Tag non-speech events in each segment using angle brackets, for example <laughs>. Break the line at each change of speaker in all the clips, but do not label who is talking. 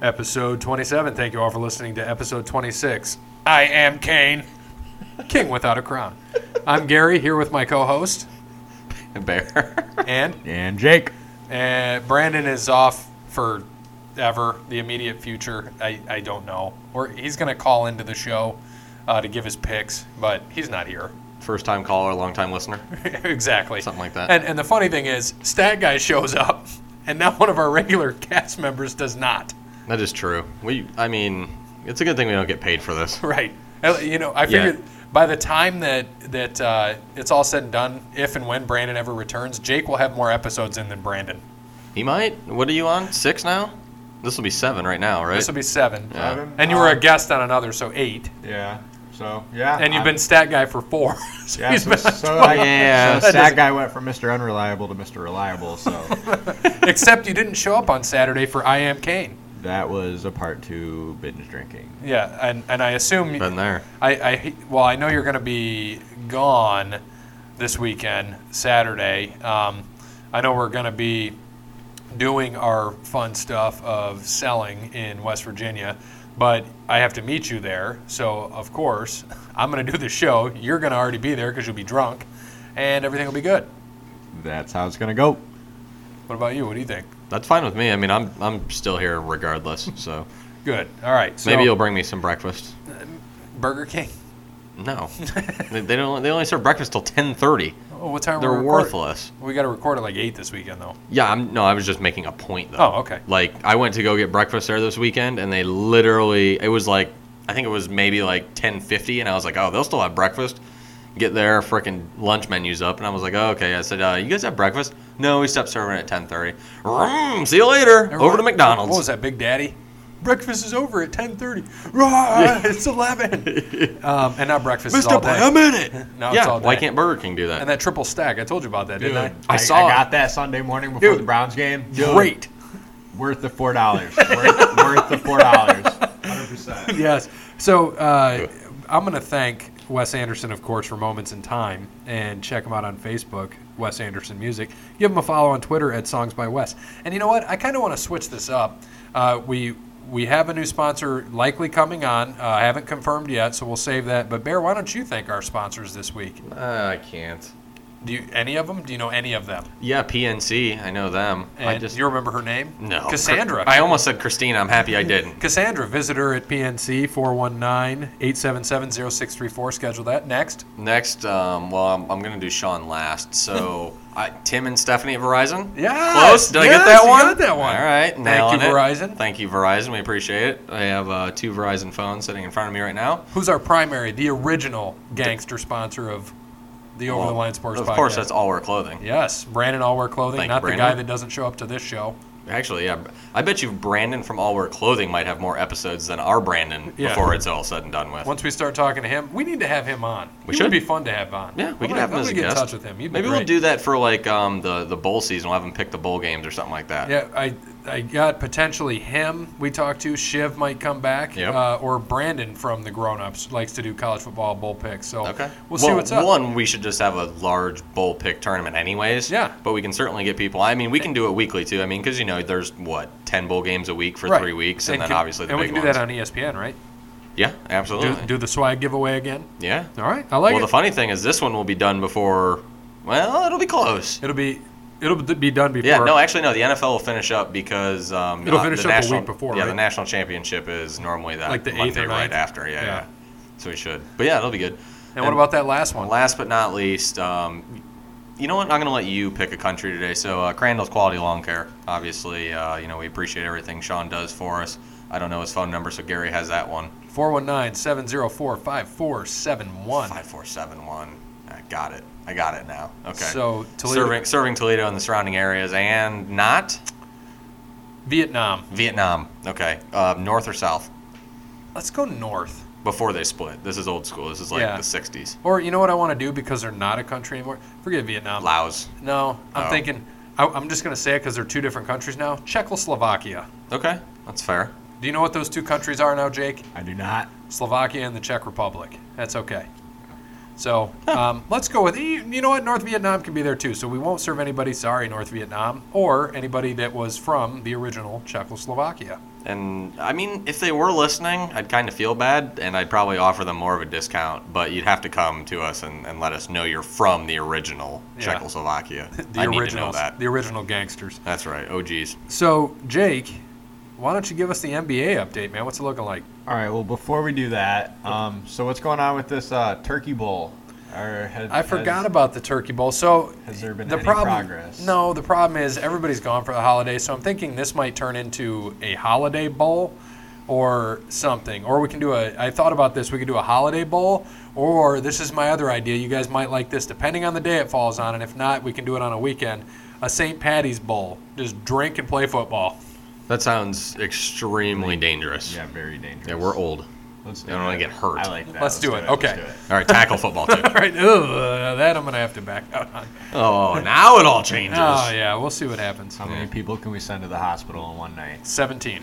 episode 27. Thank you all for listening to episode 26. I am Kane, King without a crown. I'm Gary here with my co-host
Bear. <laughs>
and
and Jake.
uh, Brandon is off for ever the immediate future. I, I don't know, or he's gonna call into the show uh, to give his picks, but he's not here. <laughs>
First time caller, long time listener.
exactly.
Something like that.
And, and the funny thing is, Stat Guy shows up, and now one of our regular cast members does not.
That is true. We, I mean, it's a good thing we don't get paid for this.
<laughs> Right. Uh, You know, I
Yeah.
figured by the time that that uh, it's all said and done, if and when Brandon ever returns, Jake will have more episodes in than Brandon.
He might. What are you on? Six now? This will be seven right now, right?
This will be seven.
Yeah.
Seven?
And you were a guest on another, so eight.
Yeah. So yeah.
And you've
I'm-
been stat guy for four. <laughs> so
Yeah.
he's
So,
been on <laughs>
so
12.
I,
Yeah,
so
that
that
doesn't-
guy went from Mr. Unreliable to Mr. Reliable.
<laughs>
So
Except you didn't show up on Saturday for I Am Kane.
that was a part two binge drinking.
Yeah, and, and I assume
Been there.
I, I well, I know you're going to be gone this weekend, Saturday. Um, I know we're going to be doing our fun stuff of selling in West Virginia, but I have to meet you there. So of course, <laughs> I'm going to do the show. You're going to already be there because you'll be drunk, and everything will be good.
That's how it's gonna go.
What about you? What do you think?
That's fine with me. I mean, I'm I'm still here regardless.
<laughs>
So
Good. All right. So
maybe you'll bring me some breakfast.
Burger King. <laughs>
No, they, they don't. They only serve breakfast till ten thirty.
Oh, what time? are we
They're
recording?
worthless.
We got to record at like eight this weekend though.
Yeah, I'm no. I was just making a point though.
Oh, okay.
Like I went to go get breakfast there this weekend, and they literally it was like I think it was maybe like ten fifty, and I was like, oh, they'll still have breakfast. Get their freaking lunch menus up, and I was like, oh, okay. I said, uh, you guys have breakfast? No, we stopped serving at ten thirty. See you later. Over to
Everyone-
McDonald's.
What was that, Big Daddy? Breakfast is over at ten <laughs> thirty. Right, it's eleven. um, and now breakfast is all
Mr.
day.
Wait a minute.
<laughs> No, it's
yeah,
all
why
day.
can't Burger King do that?
And that triple stack, I told you about that,
Dude,
didn't
I saw it.
got that Sunday morning before
Dude,
the Browns game. Dude,
Great.
Worth the four dollars. worth, worth the four dollars.
<laughs>
Hundred
I?
percent.
Yes. So uh, I'm going to thank Wes Anderson, of course, for Moments in Time, and check him out on Facebook, Wes Anderson Music. Give him a follow on Twitter at Songs by Wes. And you know what? I kind of want to switch this up. Uh, we we have a new sponsor likely coming on. Uh, I haven't confirmed yet, so we'll save that. But Bear, why don't you thank our sponsors this week?
Uh, I can't.
Do you any of them? Do you know any of them?
Yeah, PNC. I know them.
And
I just
you remember her name?
no.
Cassandra.
I almost said Christina. I'm happy I didn't.
Cassandra, visitor at PNC 419-877-0634. Schedule that next.
Next, um, well, I'm, I'm going to do Sean last.
<laughs>
So, I, Tim and Stephanie at Verizon.
Yes,
Close. Did I
yes,
get that
you
one?
got that one.
All right.
Thank
nailing
you,
it.
Verizon.
Thank you, Verizon. We appreciate it. I have uh, two Verizon phones sitting in front of me right now.
Who's our primary, the original gangster sponsor of the Over
Well,
the Line Sports
Of
Podcast?
course, that's All Wear Clothing.
Yes, Brandon All Wear Clothing,
Thank you,
not the
Brandon.
guy that doesn't show up to this show.
Actually, yeah. I bet you Brandon from All Wear Clothing might have more episodes than our Brandon
Yeah.
before it's all said and done with.
Once we start talking to him, we need to have him on.
We
He
should.
would be fun to have on.
yeah, we
I'm
could
gonna-
have him
I'm
as a
gonna get
guest.
in touch with him. He'd be
Maybe we'll
great.
do that for like um, the the bowl season. We'll have him pick the bowl games or something like that.
Yeah, I I got potentially him we talked to. Shiv might come back,
Yep.
uh, or Brandon from the Grown Ups likes to do college football bowl picks. So
Okay.
we'll see what's up.
One, we should just have a large bowl pick tournament, anyways.
Yeah.
But we can certainly get people. I mean, we can do it weekly too. I mean, because you know, there's what ten bowl games a week for
Right.
three weeks, and, then
can-
obviously the
and
big
we can
ones.
do that on E ESPN, right?
yeah,
Do,
absolutely.
do the swag giveaway again.
yeah.
All right, I like
well,
it.
the funny thing is, this one will be done before. Well, it'll be close.
it'll be it'll be done before.
Yeah. No, actually, no. The NFL will finish up because um,
It'll
uh,
finish
the
up a
national,
week before,
Yeah, the
right?
national championship is normally that
Like the eighth
Monday
or
right
ninth?
after. Yeah,
Yeah.
yeah. So we should. But yeah, it'll be good.
and what about that last
And
one?
Last but not least, um, you know what? I'm going to let you pick a country today. So uh, Crandall's Quality Lawn Care. Obviously, uh, you know we appreciate everything Sean does for us. I don't know his phone number, so Gary has that one.
419-704-5471.
Five four seven one. I got it. I got it now. Okay.
So Toledo,
serving serving Toledo and the surrounding areas, and not
Vietnam.
Vietnam. Okay. Uh, north or south?
Let's go north.
Before they split. This is old school. This is like
Yeah.
the '60s.
Or you know what I want to do because they're not a country anymore. Forget Vietnam.
Laos.
No, I'm
Oh.
thinking. I, I'm just going to say it because they're two different countries now. Czechoslovakia.
Okay, that's fair.
Do you know what those two countries are now, Jake?
I do not.
Slovakia and the Czech Republic. That's okay. So
<laughs>
um, let's go with you you know what North Vietnam can be there too. So we won't serve anybody sorry North Vietnam or anybody that was from the original Czechoslovakia.
And I mean, if they were listening, I'd kind of feel bad, and I'd probably offer them more of a discount. But you'd have to come to us and, and let us know you're from the original
Yeah.
Czechoslovakia.
<laughs> The
I
original
need to know that.
the original gangsters.
That's right. Oh, OGs.
So Jake, why don't you give us the NBA update, man? What's it looking like?
All right. Well, before we do that, um, so what's going on with this uh, turkey bowl? Or had,
I forgot about the turkey bowl. So
Has there been
the
any
problem,
progress?
No, the problem is everybody's gone for the holiday, so I'm thinking this might turn into a holiday bowl or something. Or we can do a I thought about this, we could do a holiday bowl, or this is my other idea. You guys might like this depending on the day it falls on, and if not, we can do it on a weekend. A St. Patty's bowl. Just drink and play football. <laughs>
That sounds extremely dangerous.
Yeah, very dangerous.
Yeah, we're old.
Let's
I don't wanna get hurt.
I like that.
Let's do it, okay.
All right, tackle
<laughs>
football too.
All right, ugh, that I'm gonna have to back out on.
Oh, now it all changes.
Oh yeah, we'll see what happens.
How many people can we send to the hospital in one night?
Seventeen.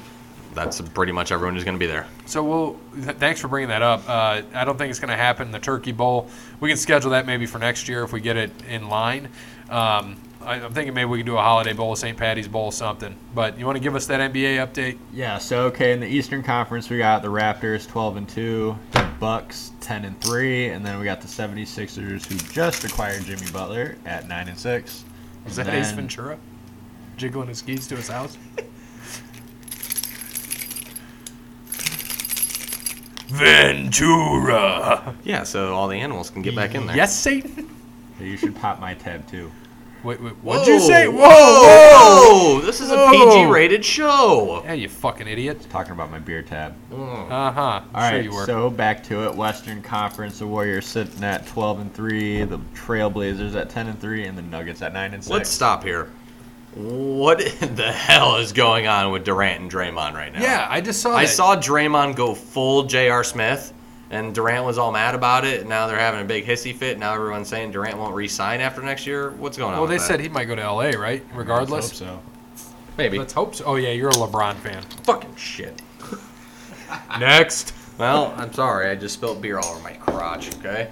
That's pretty much everyone who's going to be there.
So we'll. Th- thanks for bringing that up. Uh, I don't think it's going to happen. The Turkey Bowl. We can schedule that maybe for next year if we get it in line. Um, I, I'm thinking maybe we can do a Holiday Bowl, St. Patty's Bowl, something. But you want to give us that NBA update?
Yeah. So okay, in the Eastern Conference, we got the Raptors 12 and two, the Bucks 10 and three, and then we got the 76ers who just acquired Jimmy Butler at nine and six.
Is that
And
Ace
then-
Ventura jiggling his keys to his house? <laughs> Ventura.
Yeah, so all the animals can get back in there.
Yes, Satan.
Hey, you should pop my tab too.
Wait, wait. What'd you say? Whoa, whoa.
whoa! This is a
Whoa.
PG-rated show. Mm.
Yeah, you fucking idiot.
Talking about my beer tab.
Uh huh.
All right,
sure you were.
so back to it. Western Conference, the Warriors sitting at 12 and three, the Trailblazers at 10 and three, and the Nuggets at nine and six.
Let's stop here. What in the hell is going on with Durant and Draymond right now?
yeah, I just saw.
I
that.
saw Draymond go full J.R. Smith, and Durant was all mad about it. and Now they're having a big hissy fit. Now everyone's saying Durant won't re-sign after next year. What's going on?
Well, they
with that?
said he might go to LA, right? Regardless.
Let's hope so.
maybe.
Let's hope so. Oh yeah, you're a LeBron fan.
<laughs> Fucking shit.
Next.
Well, I'm sorry. I just spilled beer all over my crotch. Okay.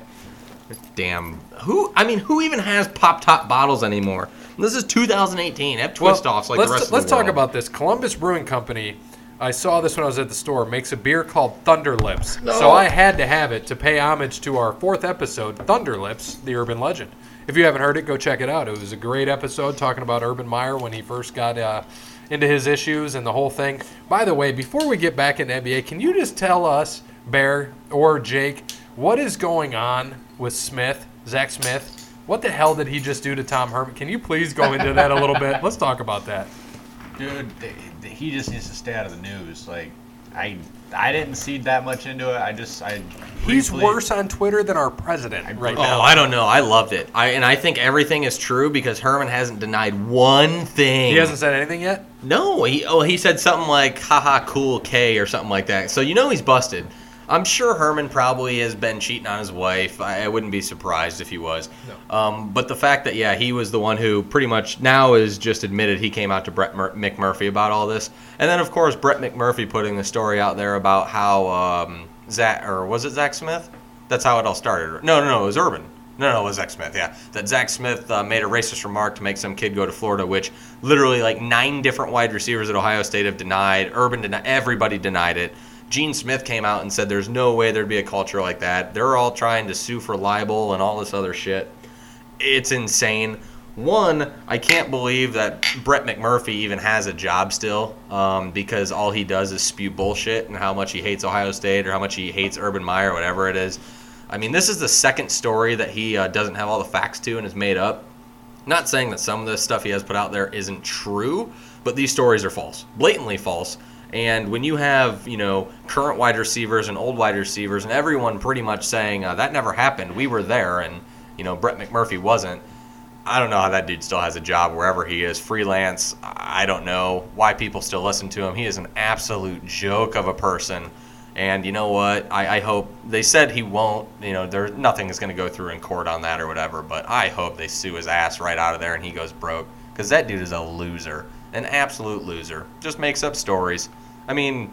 Damn. Who? I mean, who even has pop top bottles anymore? This is 2018. Have twist offs like
let's,
the rest
Let's
of the
talk
world.
about this. Columbus Brewing Company. I saw this when I was at the store. Makes a beer called Thunder Lips. So
No.
I had to have it to pay homage to our fourth episode, Thunder Lips, the urban legend. If you haven't heard it, go check it out. It was a great episode talking about Urban Meyer when he first got uh, into his issues and the whole thing. By the way, before we get back into NBA, can you just tell us, Bear or Jake, what is going on with Smith, Zach Smith? What the hell did he just do to Tom Herman? Can you please go into that a little bit? Let's talk about that.
Dude, th- th- he just needs to stay out of the news. Like, I I didn't see that much into it. I just I
He's
briefly-
worse on Twitter than our president right
Oh,
now.
I don't know. I loved it. I and I think everything is true because Herman hasn't denied one thing.
He hasn't said anything yet.
No, he oh he said something like haha cool K or something like that. So you know he's busted. I'm sure Herman probably has been cheating on his wife. I, I wouldn't be surprised if he was.
No.
Um, but the fact that yeah he was the one who pretty much now is just admitted he came out to Brett Mur- McMurphy about all this, and then of course Brett McMurphy putting the story out there about how um, Zach or was it Zach Smith? That's how it all started. No, no, no, it was Urban. No, no, it was Zach Smith. Yeah, that Zach Smith uh, made a racist remark to make some kid go to Florida, which literally like nine different wide receivers at Ohio State have denied. Urban denied. Everybody denied it. Gene Smith came out and said, "There's no way there'd be a culture like that." They're all trying to sue for libel and all this other shit. It's insane. One, I can't believe that Brett McMurphy even has a job still, um, because all he does is spew bullshit and how much he hates Ohio State or how much he hates Urban Meyer, whatever it is. I mean, this is the second story that he uh, doesn't have all the facts to and is made up. Not saying that some of the stuff he has put out there isn't true, but these stories are false, blatantly false. And when you have, you know, current wide receivers and old wide receivers and everyone pretty much saying uh, that never happened, we were there, and you know Brett McMurphy wasn't. I don't know how that dude still has a job wherever he is, freelance. I don't know why people still listen to him. He is an absolute joke of a person. And you know what? I, I hope they said he won't. You know, there nothing is going to go through in court on that or whatever. But I hope they sue his ass right out of there and he goes broke because that dude is a loser, an absolute loser. Just makes up stories. I mean,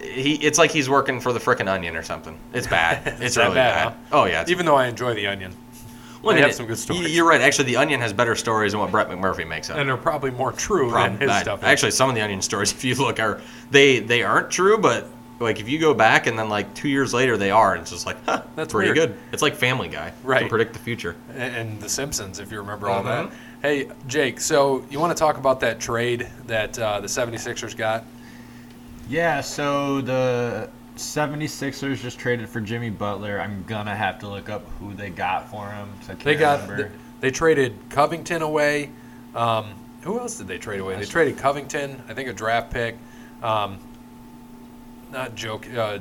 he it's like he's working for the frickin' onion or something.
<laughs>
It's bad. It's
that
really
bad,
bad.
huh?
Oh yeah. It's
Even though I enjoy the onion, they
Well, and
have
it-
some good
y-
stories.
You're right. Actually, the Onion has better stories than what Brett McMurphy makes up.
and they're probably more true
Prob-
than his
I-
stuff. is.
actually, some of the Onion stories, <laughs> if you look, are they they aren't true, but like if you go back and then like two years later, they are, and it's just like huh,
That's
pretty
weird.
good. It's like Family Guy.
Right.
To predict the future.
and The Simpsons, if you remember all
Mhm.
that. Hey, Jake, so you want to talk about that trade that uh, the 76ers got?
Yeah, so the 76ers just traded for Jimmy Butler. I'm going to have to look up who they got for him. 'cause I can't
They got
remember.
they traded Covington away. Um, who else did they trade away? They
That's-
traded Covington, I think a draft pick. Um, not joke. Uh,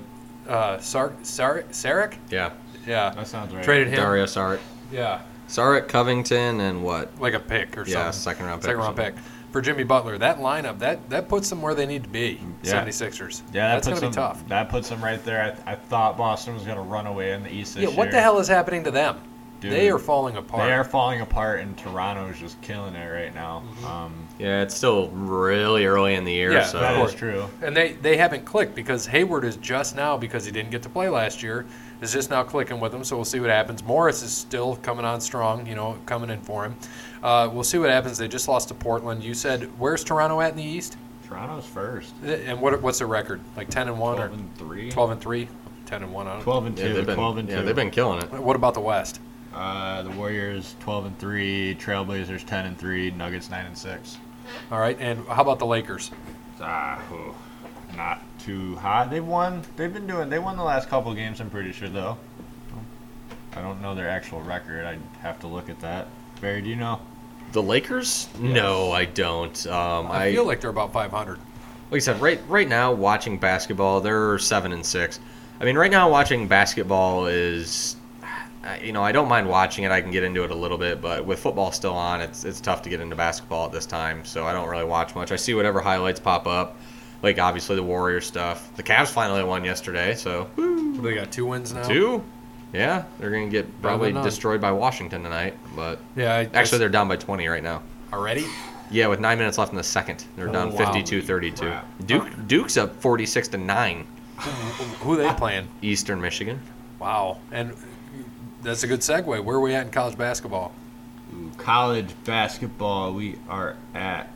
uh, Sar, Sar, Sarek?
Yeah.
Yeah.
that sounds right.
Traded him.
Dario Saric,
Yeah.
Saric, Covington, and what?
Like a pick or
Yeah,
something.
second round pick.
Second
or
round
something.
pick. For Jimmy Butler, that lineup, that, that puts them where they need to be,
Yeah.
76ers.
Yeah, that
That's
puts
going to
them,
be tough.
That puts them right there. I, I thought Boston was going to run away in the East this
Yeah, what
year.
the hell is happening to them?
Dude,
they are falling apart. Mm-hmm.
They are falling apart, and Toronto is just killing it right now. Um,
Yeah, it's still really early in the year,
Yeah,
so
of
that
course.
is true.
and they, they haven't clicked because Hayward is just now because he didn't get to play last year is just now clicking with them. So we'll see what happens. Morris is still coming on strong, you know, coming in for him. Uh, we'll see what happens. They just lost to Portland. You said where's Toronto at in the East? Eh,
Toronto's first.
And what what's their record? Like ten and one
12
or
and 3.
twelve and three? Ten and one. I don't.
12 and 2.
yeah, they've been
12 and 2.
yeah they've been killing it.
What about the West?
Uh, the Warriors 12 and 3, Trailblazers 10 and 3, Nuggets 9 and 6.
All right, and how about the Lakers?
Ah, oh, not too hot. They've won. They've been doing. They won the last couple of games. I'm pretty sure though. I don't know their actual record. I'd have to look at that. Barry, do you know?
The Lakers? No, I don't. Um,
I, feel like they're about five hundred.
like I said, right right now watching basketball, they're seven and six. I mean, right now watching basketball is, I- you know, I don't mind watching it. I can get into it a little bit, but with football still on, it's it's tough to get into basketball at this time. So I don't really watch much. I see whatever highlights pop up, like obviously the Warrior stuff. The Cavs finally won yesterday, so
They got two wins now.
two. Yeah, they're gonna get
Probably
probably
not.
destroyed by Washington tonight, but
Yeah. I,
actually they're down by 20 right now.
already.
Yeah, with nine minutes left in the second, they're
Oh,
down
wow.
52-32.
Crap.
Duke Duke's up 46 to nine.
Who they playing?
Eastern Michigan.
Wow. And that's a good segue. Where are we at in college basketball?
Ooh, college basketball. We are at.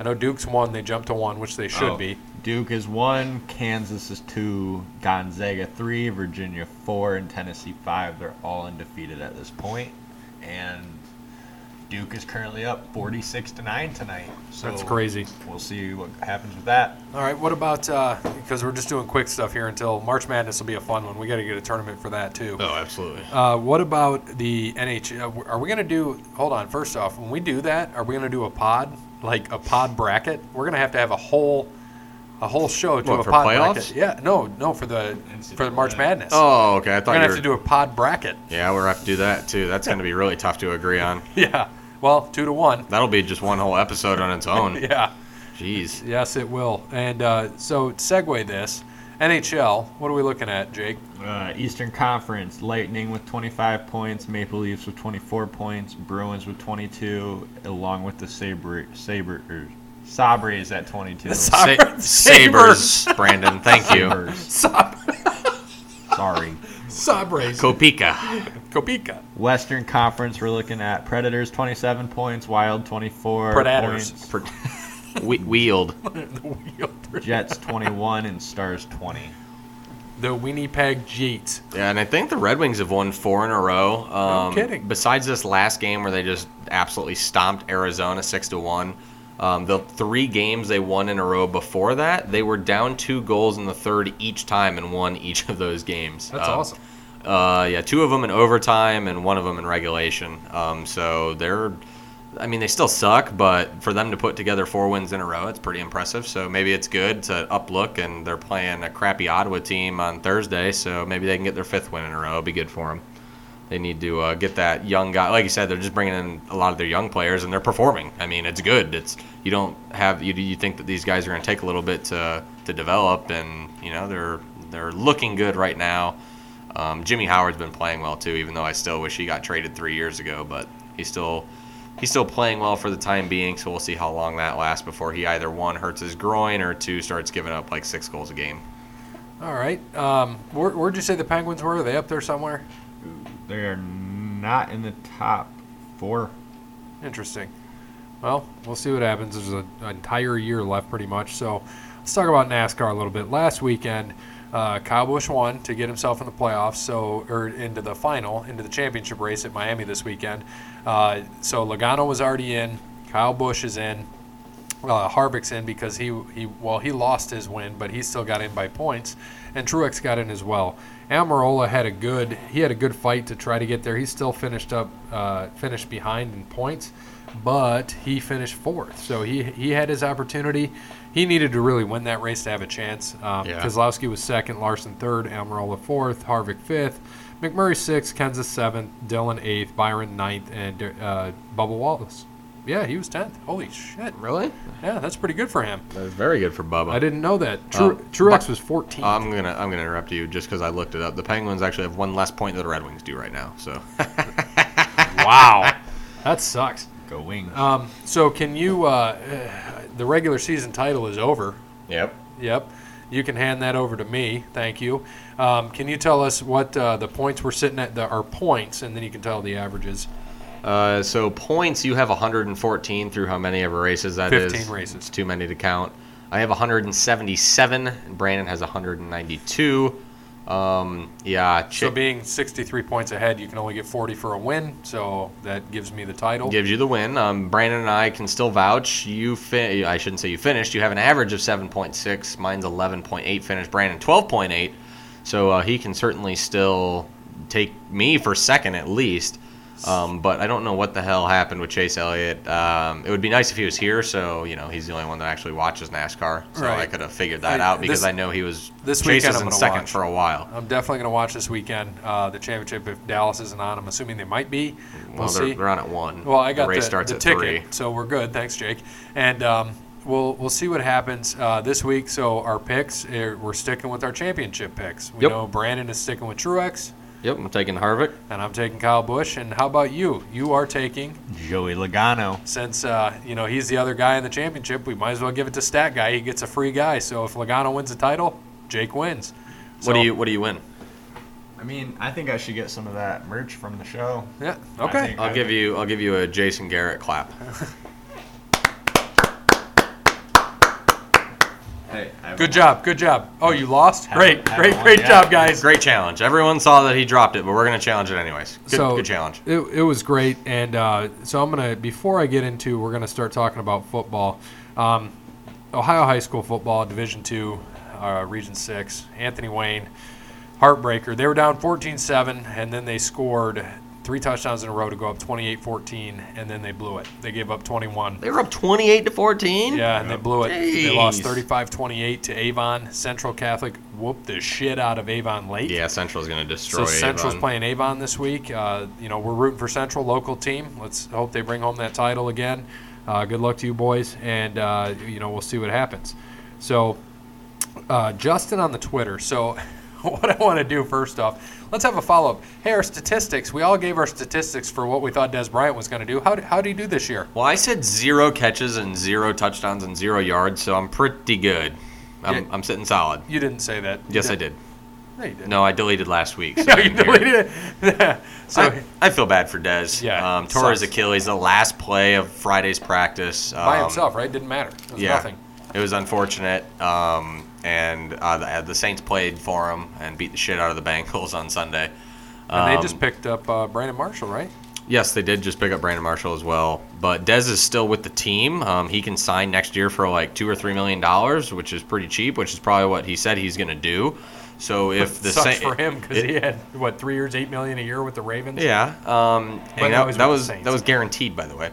I know Duke's one. They jumped to one, which they should
oh,
be.
Duke is one, Kansas is two, Gonzaga three, Virginia four, and Tennessee five. They're all undefeated at this point, and Duke is currently up forty-six to nine tonight. So
That's crazy.
We'll see what happens with that.
All right. What about because we're just doing quick stuff here until March Madness will be a fun one. We got to get a tournament for that too.
Oh,
absolutely.
Uh, what about the NHL? Are we going to do? Hold on. First off, when we do that, are we going to do a pod like a pod bracket? We're going to have to have a whole a whole show to
What,
a
for
pod
playoffs?
bracket. Yeah. No. No. For the for the March Madness.
Oh, okay. I thought
we're going
you
to
were,
have to do a pod bracket. <laughs>
Yeah, we're gonna have to do that too. That's gonna be really tough to agree on.
Yeah. Well, two to one.
That'll be just one whole
<laughs>
episode on its own.
Yeah.
Jeez.
Yes, it will. And uh, so, segue this NHL. What are we looking at, Jake? <laughs>
Uh, Eastern Conference, Lightning with 25 points, Maple Leafs with 24 points, Bruins with 22, along with the Sabre, Sabre, er, Sabres at 22.
Sa- Sabres.
Sabers, Brandon. Thank you.
Sabres,
Sab-
Sorry.
Sabres. <laughs>
Kopika.
Kopika.
Western Conference, we're looking at Predators 27 points, Wild 24
Predators.
points,
Pr- <laughs> Whe Wield.
the Wielder.
Jets 21, and Stars 20.
The Winnipeg Jeets.
Yeah, and I think the Red Wings have won four in a row. Um,
kidding.
Besides this last game where they just absolutely stomped Arizona six to one, um, the three games they won in a row before that, they were down two goals in the third each time and won each of those games.
That's
Um,
awesome.
Uh, yeah, two of them in overtime and one of them in regulation. Um, so they're, I mean, they still suck, but for them to put together four wins in a row, it's pretty impressive. So maybe it's good to uplook, and they're playing a crappy Ottawa team on Thursday, so maybe they can get their fifth win in a row. It'll be good for them. They need to uh, get that young guy. Like you said, they're just bringing in a lot of their young players, and they're performing. I mean, it's good. It's you don't have you, you think that these guys are going to take a little bit to to develop, and you know they're they're looking good right now. Um, Jimmy Howard's been playing well too, even though I still wish he got traded three years ago. But he's still he's still playing well for the time being, so we'll see how long that lasts before he either one hurts his groin or two starts giving up like six goals a game.
All right. Um, where, where'd you say the Penguins were? Are they up there somewhere?
They are not in the top four.
Interesting. Well, we'll see what happens. There's a, an entire year left, pretty much. So let's talk about NASCAR a little bit. Last weekend, uh, Kyle Busch won to get himself in the playoffs, so or into the final, into the championship race at Miami this weekend. Uh, so Logano was already in. Kyle Busch is in. Uh, Harvick's in because he he well he lost his win, but he still got in by points, and Truex got in as well. Almirola had a good he had a good fight to try to get there. He still finished up uh, finished behind in points, but he finished fourth. So he he had his opportunity. He needed to really win that race to have a chance. Um,
Yeah.
Keselowski was second, Larson third, Almirola fourth, Harvick fifth, McMurray sixth, Kenseth seventh, Dillon eighth, Byron ninth, and uh, Bubba Wallace. Yeah, he was tenth. Holy shit!
Really?
Yeah, that's pretty good for him.
That's very good for Bubba.
I didn't know that. Tru-
Um,
Truex
but-
was 14.
I'm gonna I'm gonna interrupt you just because I looked it up. The Penguins actually have one less point than the Red Wings do right now. So
wow, <laughs> that sucks.
Go wings.
Um, so can you? Uh, uh, the regular season title is over.
<laughs> yep.
Yep, you can hand that over to me. Thank you. Um, can you tell us what uh, the points we're sitting at? The, our points, and then you can tell the averages.
Uh, so points you have 114 through how many ever races that is?
15 races.
It's too many to count. I have 177. and Brandon has 192. Um, yeah,
So
Chick
being 63 points ahead, you can only get 40 for a win. So that gives me the title.
gives you the win. Um, Brandon and I can still vouch. You fin- I shouldn't say you finished. You have an average of 7.6. Mine's 11.8 finish. Brandon 12.8. So uh, he can certainly still take me for second at least. Um, but I don't know what the hell happened with Chase Elliott. Um, it would be nice if he was here, so you know he's the only one that actually watches NASCAR. So I
Right.
could have figured that
I-
out because
this-
I know he was
this
Chase
weekend
was
I'm
in
gonna
second
watch.
for a while.
I'm definitely going to watch this weekend uh, the championship if Dallas isn't on. I'm assuming they might be. We'll,
Well, they're,
see.
they're on at one.
Well, I got
the
the,
race starts
the
at
ticket,
three.
so we're good. Thanks, Jake. And um, we'll we'll see what happens uh, this week. So our picks, eh, we're sticking with our championship picks. We
Yep.
know Brandon is sticking with Truex,
Yep, I'm taking Harvick.
and I'm taking Kyle Busch. And how about you? You are taking
Joey Logano.
since uh, you know he's the other guy in the championship. We might as well give it to Stat Guy. He gets a free guy. So if Logano wins the title, Jake wins. So-
what do you What do you win?
I mean, I think I should get some of that merch from the show.
Yeah.
I
Okay.
think-
I'll give you I'll give you a Jason Garrett clap.
Hey, I
Good job. Good job. Oh, you lost.
Haven't-
Great.
haven't
Great.
won
Great
yet.
job, guys.
Great challenge. Everyone saw that he dropped it, but we're gonna challenge it anyways. Good,
so
good challenge.
It, it was great, and uh, so I'm gonna. Before I get into, we're gonna start talking about football. Um, Ohio high school football, Division Two, uh, Region Six. Anthony Wayne, heartbreaker. They were down 14-7, and then they scored three touchdowns in a row to go up 28-14, and then they blew it. They gave up 21.
They were up 28 to 14.
Yeah, and they blew it. They lost
Jeez.
35-28 to Avon. Central Catholic whooped the shit out of Avon late.
Yeah, Central's gonna destroy.
So Central's
Avon.
playing Avon this week. Uh, you know, we're rooting for Central, local team. Let's hope they bring home that title again. Uh, good luck to you boys, and uh, you know we'll see what happens. So, uh, Justin on the Twitter. So, <laughs> what I want to do first off, let's have a follow up. Hey, our statistics. We all gave our statistics for what we thought Des Bryant was going to do. How do, how do you do this year?
Well, I said zero catches and zero touchdowns and zero yards, so I'm pretty good. I'm,
Yeah.
I'm sitting solid.
You didn't say that. You
Yes, I did.
No, you didn't.
No, I deleted last week. So
<laughs> No,
I
you
didn't hear it.
deleted it. <laughs> so,
I, I feel bad for Des.
Yeah,
Um, tore his
sucks.
Achilles the last play of Friday's practice.
by
Um,
himself, right? Didn't matter. It was
yeah,
nothing.
It was unfortunate. Um, and uh, the, the Saints played for him and beat the shit out of the Bengals on Sunday.
And they
Um,
just picked up uh, Brandon Marshall, right?
Yes, they did just pick up Brandon Marshall as well. But Dez is still with the team. Um, he can sign next year for like two or three million dollars, which is pretty cheap, which is probably what he said he's going to do. So if the
sucks
Saints
for him because
it-
he had what three years, eight million a year with the Ravens.
yeah, um,
But
and
now he's
that, that
with the
was
Saints. Mm-hmm.
that was guaranteed, by the way.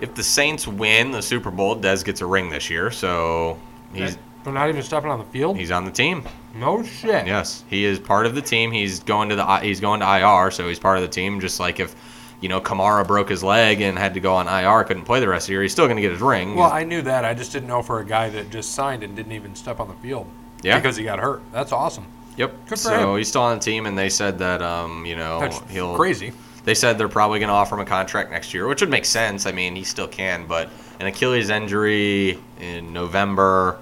If the Saints win the Super Bowl, Dez gets a ring this year, so he's
they're not even stepping on the field.
he's on the team.
No shit.
Yes, he is part of the team. He's going to the I- he's going to IR, so he's part of the team. Just like if you know Kamara broke his leg and had to go on IR, couldn't play the rest of the year, he's still going to get his ring.
Well, I knew that. I just didn't know for a guy that just signed and didn't even step on the field.
Yeah.
Because he got hurt. That's awesome.
yep.
good for
so
him.
he's still on the team, and they said that um you know
That's
he'll
crazy.
They They said they're probably going to offer him a contract next year, which would make sense. I mean, he still can, but an Achilles injury in November,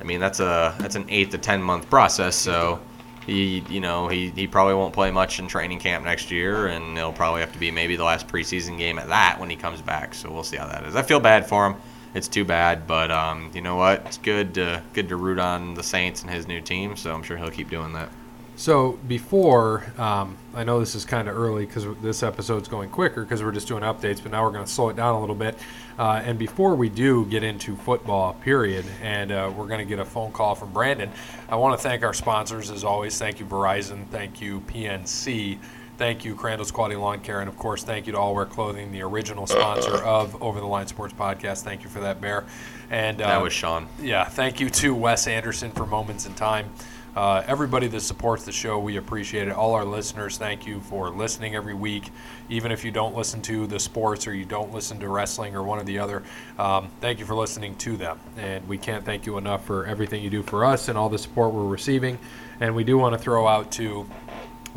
I mean, that's a that's an eight to ten month process. So he, you know, he, he probably won't play much in training camp next year, and it'll probably have to be maybe the last preseason game at that when he comes back. So we'll see how that is. I feel bad for him. It's too bad, but um, you know what? It's good to, good to root on the Saints and his new team. So I'm sure he'll keep doing that.
So before, um, I know this is kind of early because this episode's going quicker because we're just doing updates, but now we're going to slow it down a little bit. Uh, and before we do get into football, period, and uh, we're going to get a phone call from Brandon, I want to thank our sponsors as always. Thank you, Verizon. Thank you, PNC. Thank you, Crandall's Quality Lawn Care. And of course, thank you to All Wear Clothing, the original sponsor of Over the Line Sports Podcast. Thank you for that, Bear. And uh,
That was Sean.
yeah, thank you to Wes Anderson for Moments in Time. Uh, everybody that supports the show, we appreciate it. All our listeners, thank you for listening every week. Even if you don't listen to the sports or you don't listen to wrestling or one or the other, um, thank you for listening to them. And we can't thank you enough for everything you do for us and all the support we're receiving. And we do want to throw out to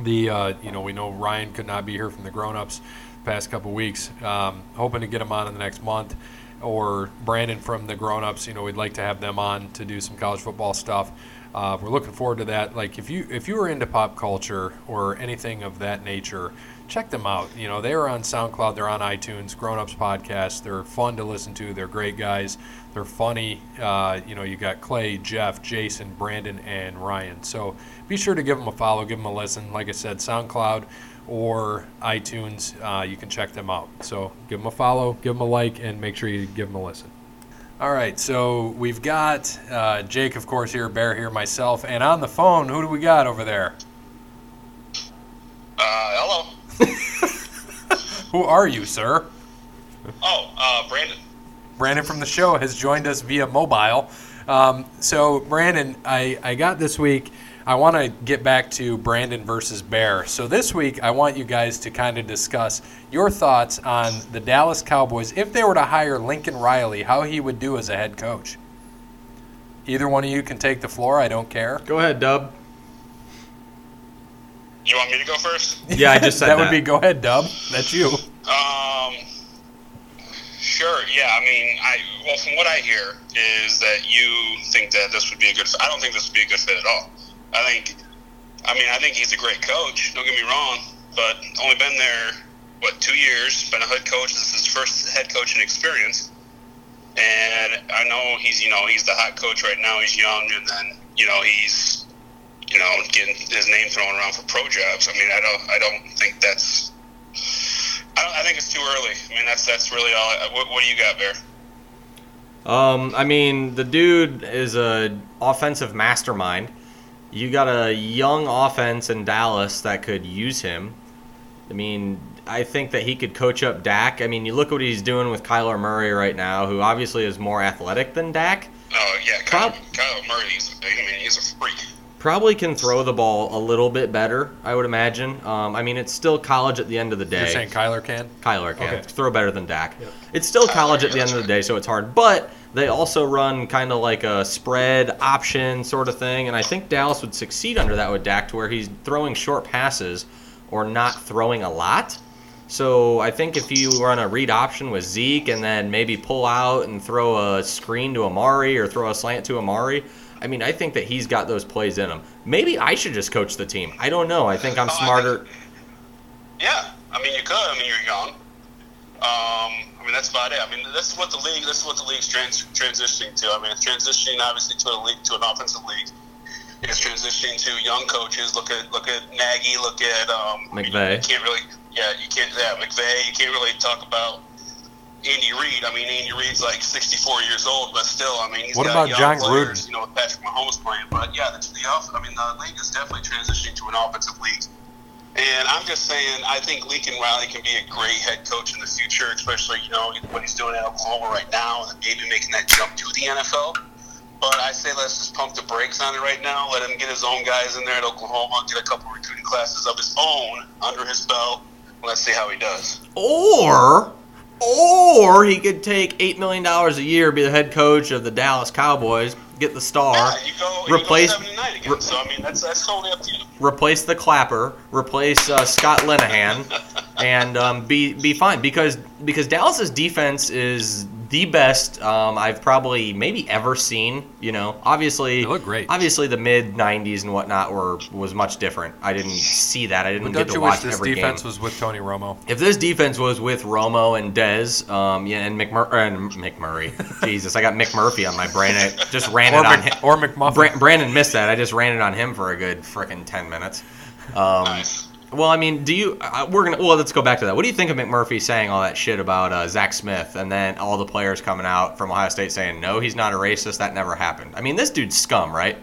the uh, you know we know Ryan could not be here from the grown-ups the past couple weeks. Um, hoping to get him on in the next month, or Brandon from the grown-ups. You know we'd like to have them on to do some college football stuff. Uh, we're looking forward to that. Like if you if you are into pop culture or anything of that nature, check them out. You know they are on SoundCloud, they're on iTunes, Grown Ups Podcast. They're fun to listen to. They're great guys. They're funny. Uh, you know you got Clay, Jeff, Jason, Brandon, and Ryan. So be sure to give them a follow, give them a listen. Like I said, SoundCloud or iTunes, uh, you can check them out. So give them a follow, give them a like, and make sure you give them a listen. All right, so we've got uh, Jake, of course, here, Bear here, myself, and on the phone, who do we got over there?
Uh, hello.
Who are you, sir?
Oh, uh, Brandon.
Brandon from the show has joined us via mobile. Um, so, Brandon, I, I got this week. I want to get back to Brandon versus Bear. So, this week, I want you guys to kind of discuss your thoughts on the Dallas Cowboys. If they were to hire Lincoln Riley, how he would do as a head coach. Either one of you can take the floor. I don't care.
Go ahead, Dub.
You want me to go first?
Yeah,
<laughs>
I <laughs> just said
that
that.
would be go ahead, Dub. That's you.
Um, sure. Yeah. I mean, I well, from what I hear is that you think that this would be a good. I don't think this would be a good fit at all. I think. I mean, I think he's a great coach. Don't get me wrong, but only been there what two years. Been a head coach. This is his first head coaching experience. And I know he's you know he's the hot coach right now. He's young, and then you know he's you know getting his name thrown around for pro jobs. I mean, I don't I don't think that's I, don't, I think it's too early. I mean, that's that's really all. I, what, what do you got there?
Um, I mean, the dude is a offensive mastermind. You got a young offense in Dallas that could use him. I mean, I think that he could coach up Dak. I mean, you look what he's doing with Kyler Murray right now, who obviously is more athletic than Dak.
Oh yeah, Kyle,
Prob-
Kyle Murray. He's, I mean, he's a freak.
Probably can throw the ball a little bit better, I would imagine. Um, I mean, it's still college at the end of the day.
You're saying Kyler can?
Kyler can
Okay.
throw better than Dak. It's still college at the
yeah,
end of the
that's
day, so it's hard. But they also run kind of like a spread option sort of thing, and I think Dallas would succeed under that with Dak, to where he's throwing short passes or not throwing a lot. So I think if you run a read option with Zeke and then maybe pull out and throw a screen to Amari or throw a slant to Amari, I mean, I think that he's got those plays in him. Maybe I should just coach the team. I don't know. I think I'm
Oh, I think-
smarter.
Yeah, I mean, you could. I mean, you're young. Um, I mean, that's about it. I mean, this is what the league. This is what the league's trans- transitioning to. I mean, it's transitioning obviously to a league to an offensive league. It's transitioning to young coaches. Look at look at Nagy. Look at um,
McVay.
You can't really. Yeah, you can't. Yeah, McVay. You can't really talk about. Andy Reid. I mean, Andy Reid's like 64 years old, but still, I mean, he's
What
got
about John
young
Gruden?
players, You know, with Patrick Mahomes playing, but yeah, the, the off, I mean, the league is definitely transitioning to an offensive league. And I'm just saying, I think Lincoln Riley can be a great head coach in the future, especially you know what he's doing at Oklahoma right now, and maybe making that jump to the NFL. But I say let's just pump the brakes on it right now. Let him get his own guys in there at Oklahoma, get a couple recruiting classes of his own under his belt. and Let's see how he does.
Or, or he could take eight million dollars a year, be the head coach of the Dallas Cowboys, get the star.
Yeah, you go,
replace
you go seven and nine again.
re-
so I mean, that's that's totally up to you.
replace the clapper, replace uh, Scott Linehan, and um, be be fine because because Dallas's defense is the best um, I've probably maybe ever seen. You know, obviously
They look great.
Obviously, the mid '90s and whatnot were was much different. I didn't see that. I
But
didn't get
don't
to
you wish
watch
this
every
defense
game.
was with Tony Romo?
if this defense was with Romo and Dez, um, yeah, and McMur- and McMurray, Jesus, I got McMurphy on my brain. I just ran
Or,
it on him.
Mc, or McMuffin?
Bra- Brandon missed that. I just ran it on him for a good frickin' ten minutes. Um,
Nice.
Well, I mean, do you? Uh, we're gonna. Well, let's go back to that. What do you think of McMurphy saying all that shit about uh, Zach Smith, and then all the players coming out from Ohio State saying, "No, he's not a racist. That never happened." I mean, this dude's scum, right?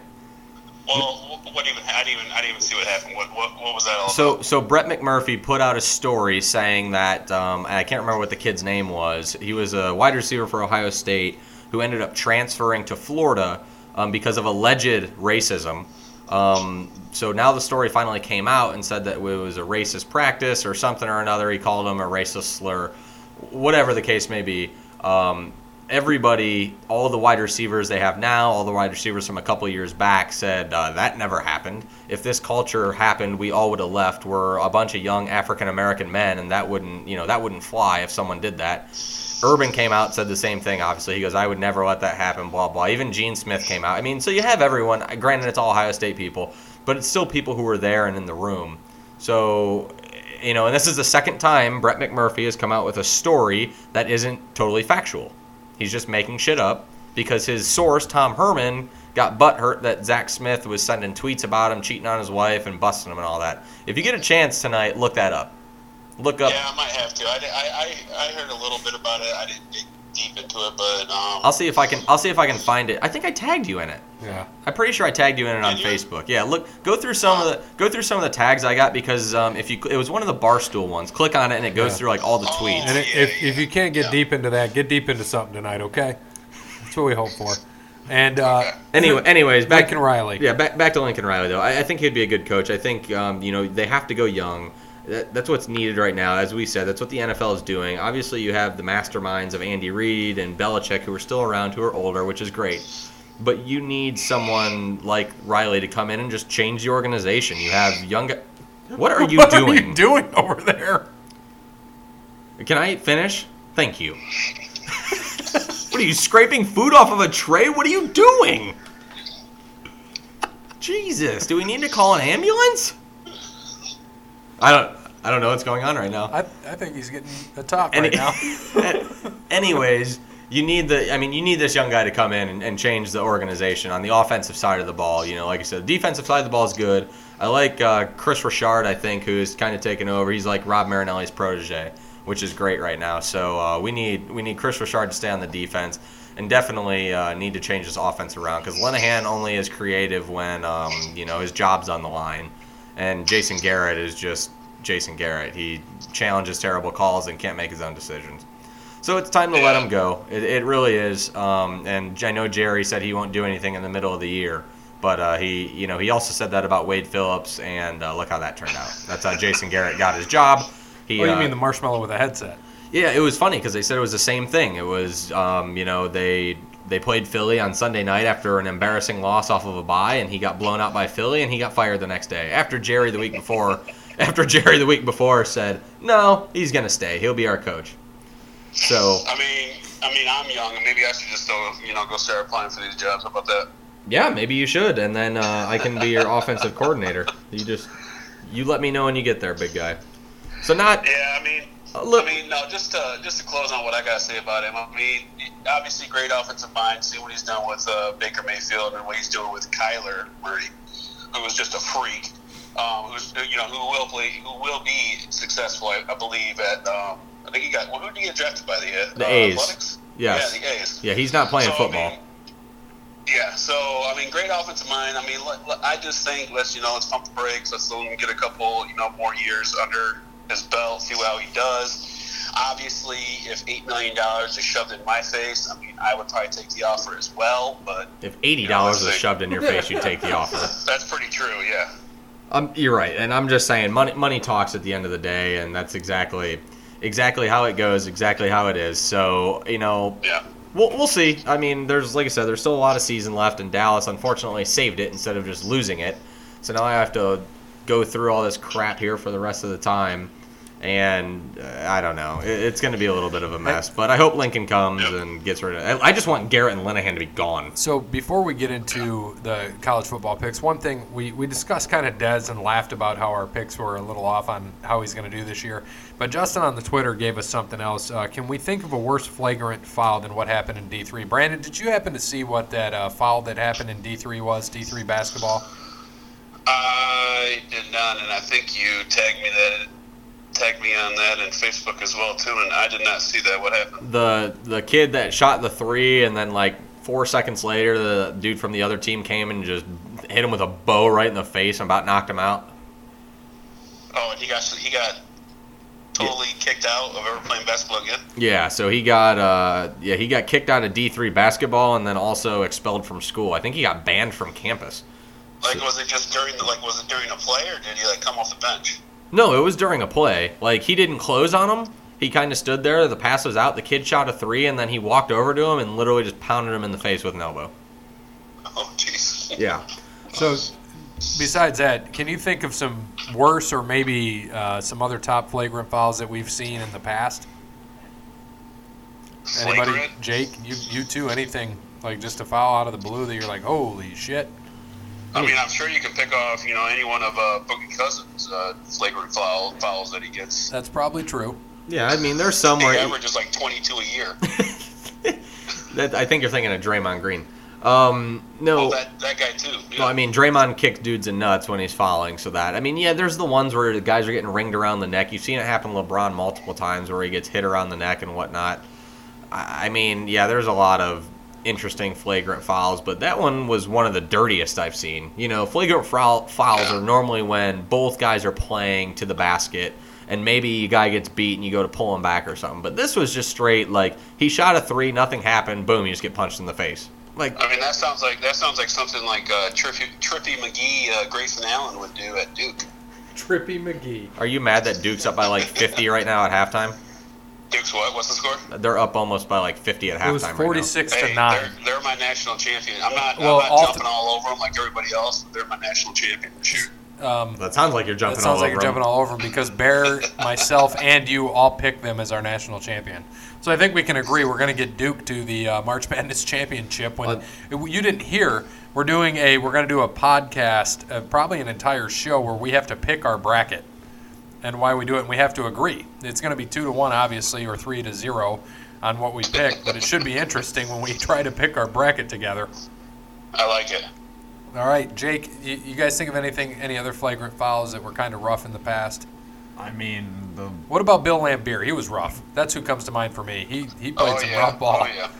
Well, wh- what even? I didn't even. I didn't even see what happened. What what, what was that all? about?
So, so Brett McMurphy put out a story saying that um, I can't remember what the kid's name was. He was a wide receiver for Ohio State who ended up transferring to Florida um, because of alleged racism. Um, so now the story finally came out and said that it was a racist practice or something or another. He called him a racist slur, whatever the case may be. Um, everybody, all the wide receivers they have now, all the wide receivers from a couple years back said uh, that never happened. If this culture happened, we all would have left. We're a bunch of young African American men, and that wouldn't, you know, that wouldn't fly if someone did that. Urban came out said the same thing. Obviously, he goes, "I would never let that happen." Blah blah. Even Gene Smith came out. I mean, so you have everyone. Granted, it's all Ohio State people, but it's still people who were there and in the room. So, you know, and this is the second time Brett McMurphy has come out with a story that isn't totally factual. He's just making shit up because his source, Tom Herman, got butthurt that Zach Smith was sending tweets about him cheating on his wife and busting him and all that. If you get a chance tonight, look that up. Look up.
yeah, I might have to. I, I, I, I heard a little bit about it. I didn't dig deep into it, but um,
I'll see if I can. I'll see if I can find it. I think I tagged you in it.
yeah.
I'm pretty sure I tagged you in it on
Did you?
Facebook. Yeah, look, go through some of the go through some of the tags I got because um, if you it was one of the barstool ones. Click on it and it goes
Yeah.
through like all the
Oh.
tweets.
And it,
Yeah,
if, if you can't get
yeah.
deep into that, get deep into something tonight, okay? That's what we hope for. And uh,
Anyway, anyways, back
Lincoln Riley.
Yeah, back, back to Lincoln Riley though. I, I think he'd be a good coach. I think um, you know they have to go young. That, that's what's needed right now, as we said. That's what the NFL is doing. Obviously, you have the masterminds of Andy Reid and Belichick who are still around, who are older, which is great. But you need someone like Riley to come in and just change the organization. You have young. gu- What
<laughs>
are you
what
doing?
are you doing over there?
Can I finish? Thank you. <laughs> what are you scraping food off of a tray? What are you doing? Jesus, do we need to call an ambulance? I don't I don't know what's going on right now.
I, I think he's getting a top
Any-
right
<laughs>
now.
Anyways, you need the I mean you need this young guy to come in and, and change the organization on the offensive side of the ball. You know, like I said, the defensive side of the ball is good. I like uh, Chris Richard, I think, who's kind of taken over. He's like Rob Marinelli's protege, which is great right now. So uh, we need we need Chris Richard to stay on the defense, and definitely uh, need to change this offense around because Linehan only is creative when um, you know his job's on the line, and Jason Garrett is just Jason Garrett. He challenges terrible calls and can't make his own decisions. So it's time to let him go. It, it really is. Um, and I know Jerry said he won't do anything in the middle of the year, but uh, he, you know, he also said that about Wade Phillips, and uh, look how that turned out. That's how Jason Garrett got his job. He,
Oh, you
uh,
mean the marshmallow with a headset?
yeah, it was funny because they said it was the same thing. It was, um, you know, they they played Philly on Sunday night after an embarrassing loss off of a bye, and he got blown out by Philly, and he got fired the next day. After Jerry the week before, <laughs> after Jerry the week before said, no, he's gonna stay. He'll be our coach. So
I mean, I mean, I'm young, and maybe I should just go, you know, go start applying for these jobs. How about that?
yeah, maybe you should, and then uh, I can be your offensive coordinator. You just you let me know when you get there, big guy. So not
Yeah, I mean,
Uh, look-
I mean, no, just to just to close on what I gotta say about him. I mean, obviously, great offensive mind. See what he's done with uh, Baker Mayfield and what he's doing with Kyler Murray, who is just a freak. Um, who's you know who will play, who will be successful, I, I believe. At um, I think he got. Well, who did he get drafted by the uh,
The A's.
Athletics?
yes,
Yeah, the A's.
yeah, he's not playing
So, I
football.
mean, yeah, so I mean, great offensive mind. I mean, let, let- I just think let's you know let's pump the brakes. Let's let him get a couple you know more years under his belt. See how he does. Obviously, if eight million dollars is shoved in my face, I mean, I would probably take the offer as well. But
If eighty dollars was
Honestly.
shoved in your face, you'd take the offer.
that's pretty true. Yeah.
Um, you're right, and I'm just saying, money money talks at the end of the day, and that's exactly exactly how it goes, exactly how it is. So you know,
Yeah.
We'll, we'll see. I mean, there's like I said, there's still a lot of season left, and Dallas unfortunately saved it instead of just losing it. So now I have to go through all this crap here for the rest of the time, and uh, I don't know. It, it's going to be a little bit of a mess. But I hope Lincoln comes and gets rid of. I, I just want Garrett and Linehan to be gone.
So before we get into the college football picks, one thing we, we discussed kind of Dez and laughed about how our picks were a little off on how he's going to do this year. But Justin on the Twitter gave us something else. Uh, can we think of a worse flagrant foul than what happened in D3? Brandon, did you happen to see what that uh, foul that happened in D3 was, D3 basketball?
I did not, and I think you tagged me that tagged me on that and Facebook as well too, and I did not see that. What happened?
The the kid that shot the three, and then like four seconds later, the dude from the other team came and just hit him with a bow right in the face and about knocked him out.
Oh, and he got he got totally kicked out of ever playing basketball again.
Yeah, so he got uh, yeah he got kicked out of D three basketball and then also expelled from school. I think he got banned from campus.
Like, was it just during the like was it during a play or did he like come off the bench? <laughs>
No, it was during a play. Like he didn't close on him. He kind of stood there. The pass was out. The kid shot a three, and then he walked over to him and literally just pounded him in the face with an elbow.
Oh, jeez.
Yeah.
So, besides that, can you think of some worse or maybe uh, some other top flagrant fouls that we've seen in the past? Anybody,
Flagrant.
Jake, you you two, anything like just a foul out of the blue that you're like, holy shit.
I mean, I'm sure you can pick off you know any one of uh, Boogie Cousins' uh, flagrant foul, fouls that he gets.
That's probably true.
Yeah, I mean, there's
He
somewhere.
averages like 22 a year.
That, I think you're thinking of Draymond Green. Um, no.
Well, Oh, that that guy too. Yeah.
Well, I mean, Draymond kicks dudes in nuts when he's fouling, so that. I mean, yeah, there's the ones where the guys are getting ringed around the neck. You've seen it happen to LeBron multiple times where he gets hit around the neck and whatnot. I I mean, yeah, there's a lot of interesting flagrant fouls, but that one was one of the dirtiest I've seen. You know, flagrant foul, fouls are normally when both guys are playing to the basket. And maybe a guy gets beat and you go to pull him back or something. But this was just straight like he shot a three, nothing happened, boom, you just get punched in the face. Like
I mean, that sounds like that sounds like something like uh, Trippy, Trippy McGee, uh, Grayson Allen would do at Duke.
Trippy McGee.
Are you mad that Duke's up by like 50 right now at halftime?
Duke's what? What's the score?
They're up almost by like 50 at halftime.
It was
Right
46
Hey,
to 9.
they're, they're my national champion. I'm not,
Well,
I'm not
off
jumping
the-
all over them like everybody else. But they're my national champion this year.
now. That sounds like you're
That
jumping all
sounds
over.
like you're jumping all over 'em because
<laughs>
Bear, myself, and you all picked them as our national champion. So I think we can agree we're going to get Duke to the uh, March <laughs> Madness championship. When you didn't hear, we're doing a we're going to do a podcast, uh, probably an entire show where we have to pick our bracket and why we do it. And we have to agree. It's going to be two to one, obviously, or three to zero on what we pick. But it should be interesting when we <laughs> try to pick our bracket together.
I like it.
All right, Jake, you, you guys think of anything, any other flagrant fouls that were kind of rough in the past?
I mean, the
What about Bill Lambier? He was rough. That's who comes to mind for me. He he played
oh
some
yeah.
rough ball.
Oh yeah.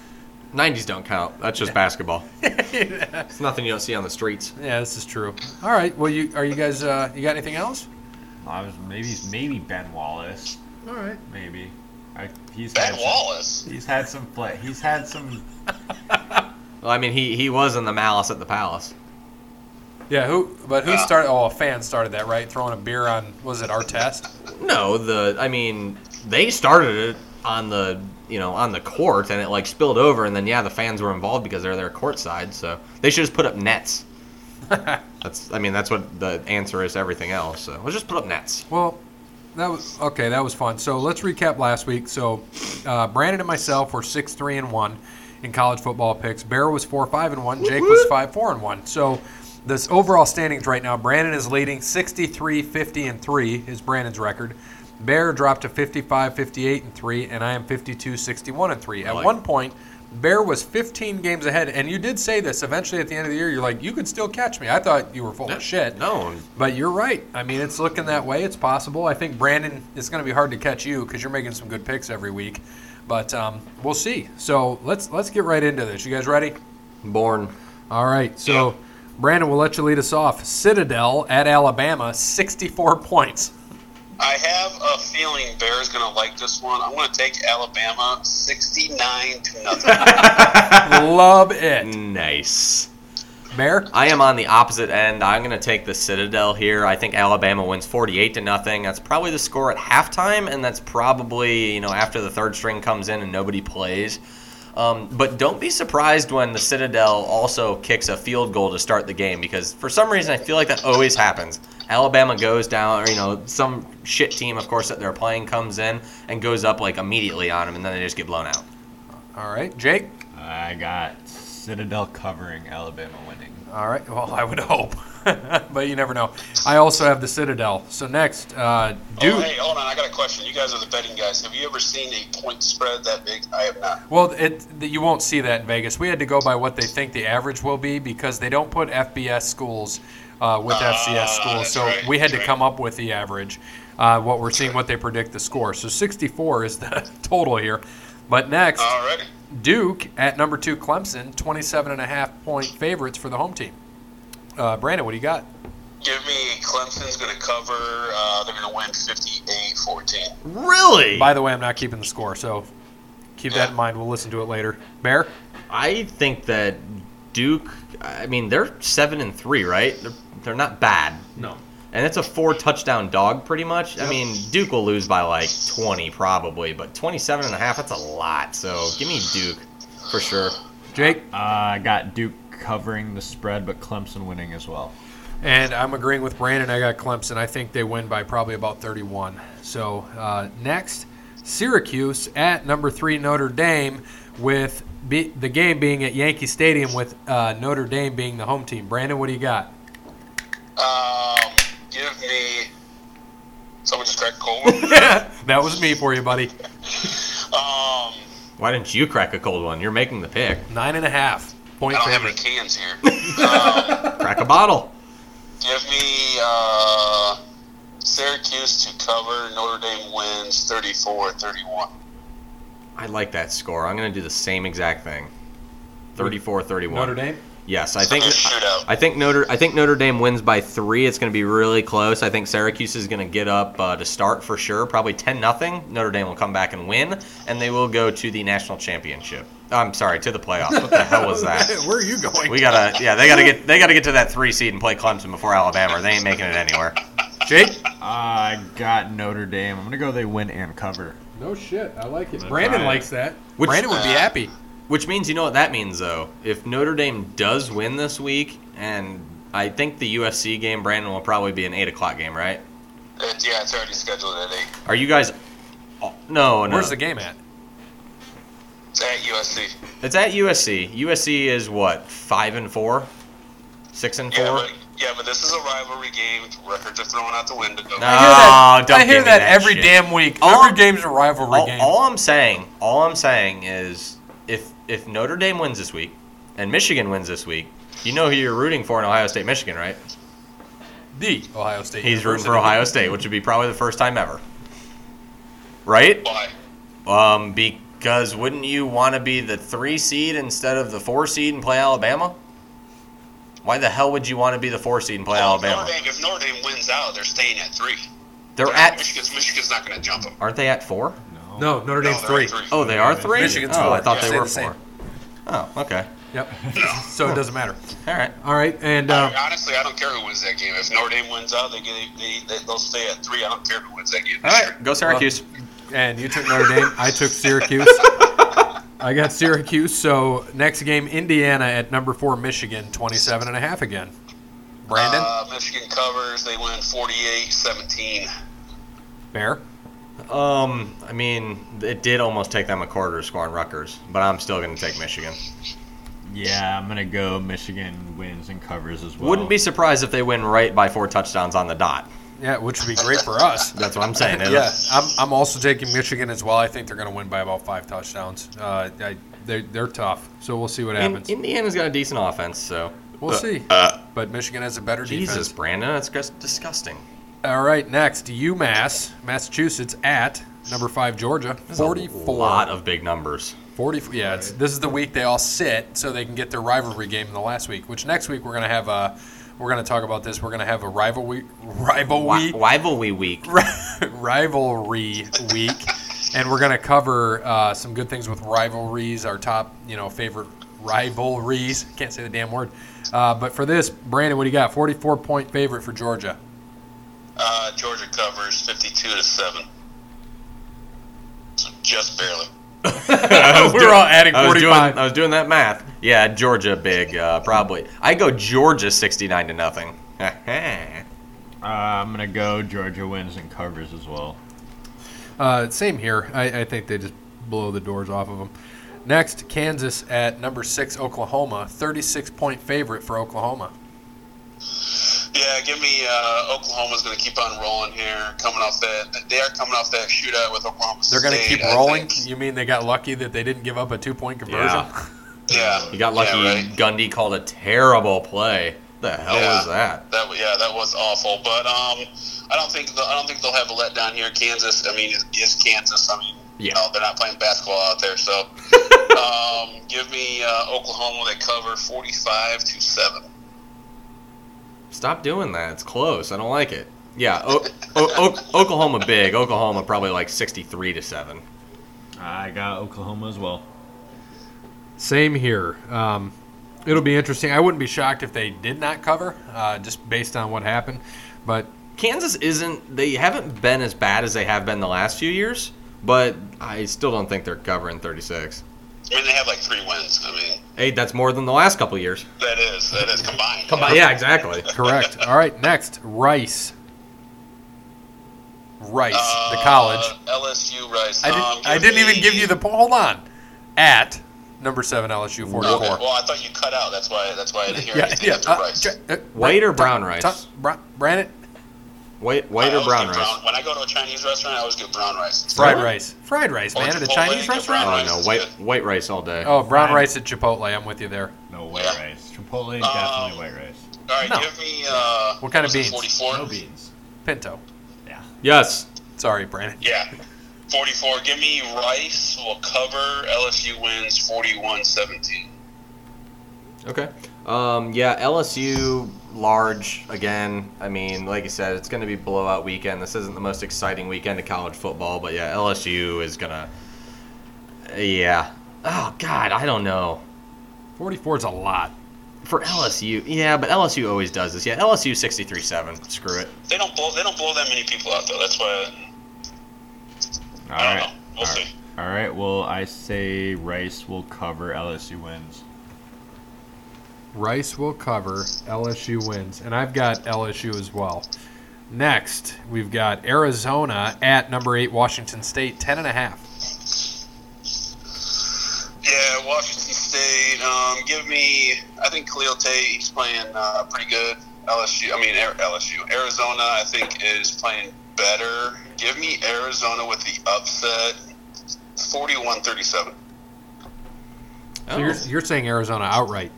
90s don't count. That's just
<laughs>
basketball. It's nothing you don't see on the streets.
Yeah, this is true. All right. Well, you are you guys uh, you got anything else?
I was maybe maybe Ben Wallace,
All right.
maybe. I, he's
Ben
had some-
Wallace.
he's had some play. He's had some.
Well, I mean, he, he was in the malice at the palace.
Yeah. Who? But who
Yeah.
started? Oh, a fan started that, right? Throwing a beer on was it our test?
No, the I mean, they started it on the you know on the court and it like spilled over and then yeah the fans were involved because they're their court side so they should just put
<laughs>
up nets. that's I mean that's what the answer is to everything else. So let's just put up nets.
Well, that was okay. That was fun. So let's recap last week. So uh, Brandon and myself were six three and one in college football picks. Bear was four five and one. Jake was five four and one. So this overall standings right now, Brandon is leading 63 50 and 3 is Brandon's record. Bear dropped to 55 58 and 3 and I am 52 61 and 3. At
like
one point, Bear was 15 games ahead and you did say this eventually at the end of the year you're like you could still catch me. I thought you were full of shit.
No,
But you're right. I mean, it's looking that way. It's possible. I think Brandon, it's going to be hard to catch you because you're making some good picks every week. But um, we'll see. So let's let's get right into this. You guys ready?
born.
All right. So Brandon, we'll let you lead us off. Citadel at Alabama, 64 points.
I have a feeling Bear's gonna like this one. I'm gonna take Alabama 69
<laughs>
to nothing.
Love it,
Nice.
Bear.
I am on the opposite end. I'm going to take the Citadel here. I think Alabama wins 48 to nothing. That's probably the score at halftime, and that's probably you know after the third string comes in and nobody plays. Um, but don't be surprised when the Citadel also kicks a field goal to start the game because for some reason I feel like that always happens. Alabama goes down, or you know, some shit team, of course, that they're playing comes in and goes up like immediately on them, and then they just get blown out.
All right, Jake.
I got Citadel covering Alabama winning.
All right. Well, I would <laughs> hope, but you never know. I also have the Citadel. So next, uh, Duke.
Oh, hey, hold on. I got a question. You guys are the betting guys. Have you ever seen a point spread that big? I have not.
Well, it th- you won't see that in Vegas. We had to go by what they think the average will be because they don't put FBS schools uh, with
Ah,
FCS schools,
that's
so
right,
we had
that's
to
right.
come up with the average. Uh, what we're seeing, what they predict the score. So 64 is the <laughs> total here. But next,
All righty.
Duke at number two, Clemson, 27 and a half point favorites for the home team. Uh, Brandon, what do you got?
Give me Clemson's going to cover. Uh, they're going to win 58 14.
Really?
By the way, I'm not keeping the score, so keep that in mind. We'll listen to it later. Bear?
I think that Duke. I mean, they're seven and three, right? They're, they're not bad.
No.
And it's a four touchdown dog, pretty much. I mean, Duke will lose by like 20 probably, but 27 and a half, that's a lot. So give me Duke for sure.
Jake?
Uh, I got Duke covering the spread, but Clemson winning as well.
And I'm agreeing with Brandon. I got Clemson. I think they win by probably about 31. So uh, next, Syracuse at number three Notre Dame, with be- the game being at Yankee Stadium, with uh, Notre Dame being the home team. Brandon, what do you got? <laughs>
Um, give me. Someone just cracked Cole.
that was me for you, buddy.
Um,
Why didn't you crack a cold one? You're making the pick.
Nine and a half
I
point
don't have any
favorite.
cans here. <laughs> Um,
<laughs>
Crack a bottle.
give me uh, Syracuse to cover. Notre Dame wins 34 31.
I like that score. I'm going to do the same exact thing. 34 31.
Notre Dame.
Yes, I think
Shootout.
I think Notre I think Notre Dame wins by 3. It's going to be really close. I think Syracuse is going to get up uh, to start for sure, probably 10 nothing. Notre Dame will come back and win and they will go to the national championship. I'm sorry, to the playoffs. What the hell
<laughs>
was that?
Where are you going,
We gotta, yeah, they gotta get, they gotta get to that three seed and play Clemson before Alabama. They ain't making it anywhere.
Jake?
I got Notre Dame. I'm gonna go. They win and cover.
No shit. I like it.
That's
Brandon
right.
likes that.
Which- Uh,
Brandon would be happy.
Which means you know what that means, though. If Notre Dame does win this week, and I think the USC game, Brandon will probably be an eight o'clock game, right?
It, yeah, it's already scheduled at 8.
Are you guys? oh, No, no.
Where's the game at?
It's at USC.
It's at USC. USC is what five and four, six and four.
Yeah, but, yeah, but this is a rivalry game. Records are thrown out the window.
Nah. Oh, don't
I hear
give me
that,
that
every
shit.
damn week.
All-
every game's a rivalry
all,
game.
all I'm saying, all I'm saying is, if if Notre Dame wins this week and Michigan wins this week, you know who you're rooting for in Ohio State, Michigan, right?
the Ohio State.
He's rooting for
University.
Ohio State, which would be probably the first time ever. Right?
Why?
Um, because wouldn't you want to be the three seed instead of the four seed and play Alabama? Why the hell would you want to be the four seed and play
Well, if
Alabama?
Notre Dame, if Notre Dame wins out, they're staying at three.
They're at,
Michigan's, Michigan's not going to jump them.
aren't they at four?
No, Notre
No,
Dame's
they're
three.
at
Oh, they are three.
Michigan's
oh,
four.
I thought
Yeah,
they
stay
were
the same.
four. Oh, okay.
Yep. <laughs> so it doesn't matter.
All right.
All right, and uh,
I- honestly, I don't care who wins that game. If Notre Dame wins out, they get they, they they'll stay at three. I don't care who wins that game.
All right. Go Syracuse.
and you took Notre Dame. I took <laughs> Syracuse. I got Syracuse. So next game, Indiana at number four, Michigan, 27 and a half again. Brandon,
Uh, Michigan covers. They win 48-17.
Bear.
Um, I mean, it did almost take them a quarter to score on Rutgers, but I'm still going to take Michigan.
Yeah, I'm gonna go. Michigan wins and covers as well.
Wouldn't be surprised if they win right by four touchdowns on the dot.
Yeah, which would be great for us.
That's what I'm
<laughs>
saying.
yeah, I'm, I'm also taking Michigan as well. I think they're going to win by about five touchdowns. Uh, I, they, they're tough, so we'll see what
I mean,
happens.
Indiana's got a decent offense, so
We'll
Uh,
see. but Michigan has a better
Jesus,
defense.
Brandon, that's just disgusting.
All right, next UMass, Massachusetts at number five Georgia,
That's a
forty-four.
lot of big numbers.
44. Yeah, it's, this is the week they all sit, so they can get their rivalry game in the last week. Which next week we're gonna have a, we're gonna talk about this. We're gonna have a rivalry rivalry
Wi- Rivalry week.
rivalry week, and we're gonna cover uh, some good things with rivalries. Our top, you know, favorite rivalries. Can't say the damn word. Uh, but for this, Brandon, what do you got? Forty-four point favorite for Georgia.
Uh, Georgia covers 52 to seven. So just barely.
I
<laughs>
was
We're
doing-
all adding
I was doing-
45.
I was doing that math. Yeah, Georgia big, uh, probably. I go Georgia 69 to nothing. <laughs>
Uh, I'm gonna go Georgia wins and covers as well.
Uh, same here. I, I think they just blow the doors off of them. Next, Kansas at number six, Oklahoma, 36 point favorite for Oklahoma.
Yeah, give me uh, Oklahoma's going to keep on rolling here. Coming off that, they are coming off that shootout with Oklahoma
They're
going to
keep rolling. You mean they got lucky that they didn't give up a two point conversion? <laughs>
Yeah.
Yeah,
You got lucky.
Yeah, right.
Gundy called a terrible play. The hell
Yeah.
was that?
That w- yeah, that was awful. But um, I don't think the, I don't think they'll have a letdown here. Kansas, I mean, is, is Kansas. I mean,
Yeah.
no, they're not playing basketball out there. So, um, give me uh, Oklahoma. They cover forty-five to seven.
Stop doing that. It's close. I don't like it. Yeah, o- o- o- Oklahoma big. Oklahoma probably like 63 to 7.
I got Oklahoma as well.
Same here. Um, it'll be interesting. I wouldn't be shocked if they did not cover, uh, just based on what happened. But
Kansas isn't. They haven't been as bad as they have been the last few years, but I still don't think they're covering 36.
I mean, they have like three wins. I mean,
Hey, that's more than the last couple of years.
that is that is combined.
But yeah, exactly.
correct. All right, next, Rice. Rice,
Uh,
the college.
LSU Rice.
I, did,
Um,
I didn't even give you the. po- Hold on. At number seven, LSU 44.
Okay, well, I thought you cut out. That's why. That's why I didn't
<laughs>
hear
Yeah,
anything
yeah.
after
Uh,
Rice.
ch- uh,
White or
Bra-
brown
Tom-
rice?
Tom- Bra- Brandon?
White,
I
white or
always
brown
get
rice?
When I go to a Chinese restaurant, I always get brown rice.
Fried
Really?
rice. Fried rice,
Or
man, at a
Oh, Chipotle,
Chinese
get brown
restaurant.
Oh
rice.
no,
is
white
good.
white rice all day.
Oh, brown
Fine.
rice at Chipotle. I'm with you there.
No white
Yeah.
rice. Chipotle
Um,
definitely white rice.
All right,
No.
give me. Uh,
What kind of
was
beans?
it 44.
No beans.
Pinto.
Yeah.
Yes.
Sorry, Brandon.
Yeah, 44. Give me rice. We'll cover. LSU wins 41-17.
Okay. Um, yeah, LSU large again. I mean, like I said, it's going to be blowout weekend. This isn't the most exciting weekend of college football, but yeah, LSU is going to. Yeah. Oh God, I don't know
44 is a lot.
for LSU. Yeah, but LSU always does this. Yeah, LSU sixty three seven. Screw it.
They don't blow. They don't blow that many people out though. That's why.
All
I
right.
don't know. We'll
All
see.
right. All right. Well, I say Rice will cover. LSU wins.
Rice will cover. LSU wins. And I've got LSU as well. Next, we've got Arizona at number eight, Washington State, 10.5.
Yeah, Washington State. Um, give me. I think Khalil Tate. He's playing uh, pretty good. LSU. I mean Ar- LSU. Arizona. I think is playing better. Give me Arizona with the upset. 41-37.
So you're, you're saying Arizona outright.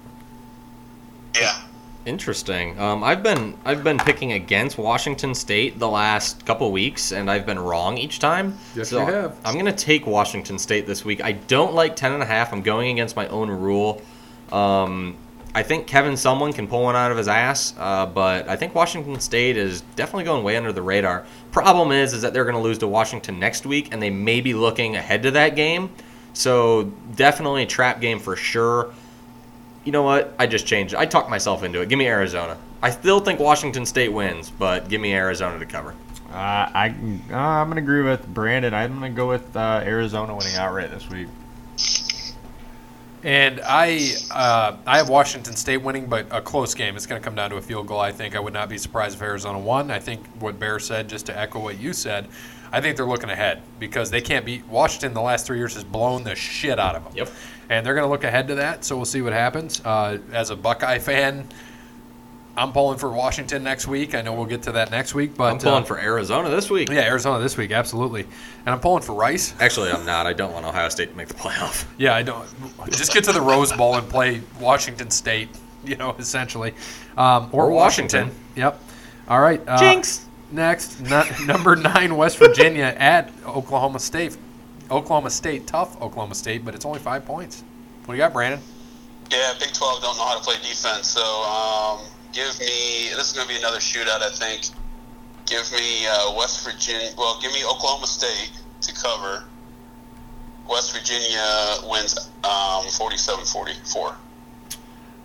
Yeah.
Interesting. Um, I've been I've been picking against Washington State the last couple weeks, and I've been wrong each time.
Yes, you have.
I'm gonna take Washington State this week. I don't like ten and a half. I'm going against my own rule. Um, I think Kevin someone can pull one out of his ass, uh, but I think Washington State is definitely going way under the radar. Problem is, is that they're going to lose to Washington next week, and they may be looking ahead to that game. So definitely a trap game for sure. You know what? I just changed. it. I talked myself into it. Give me Arizona. I still think Washington State wins, but give me Arizona to cover.
Uh, I uh, I'm gonna agree with Brandon. I'm gonna go with uh, Arizona winning outright this week.
And I, uh, I have Washington State winning, but a close game. It's going to come down to a field goal. I think I would not be surprised if Arizona won. I think what Bear said, just to echo what you said, I think they're looking ahead because they can't beat Washington. The last three years has blown the shit out of them.
Yep.
And they're going to look ahead to that. So we'll see what happens. Uh, as a Buckeye fan, I'm pulling for Washington next week. I know we'll get to that next week, but
I'm pulling
uh,
for Arizona this week.
yeah, Arizona this week, absolutely. And I'm pulling for Rice.
Actually, I'm not. I don't want Ohio State to make the playoff.
Yeah, I don't. Just get to the Rose Bowl and play Washington State, you know, essentially. Um, or,
Or
Washington.
Washington.
Yep. All right. Uh,
<laughs> Jinx.
Next, nu- <laughs> number nine, West Virginia at Oklahoma State. Oklahoma State, tough Oklahoma State, but it's only five points. What do you got, Brandon?
Yeah, Big 12 don't know how to play defense, so um, give me. This is going to be another shootout, I think. Give me uh, West Virginia. Well, give me Oklahoma State to cover. West Virginia wins um, 47-44.
Uh,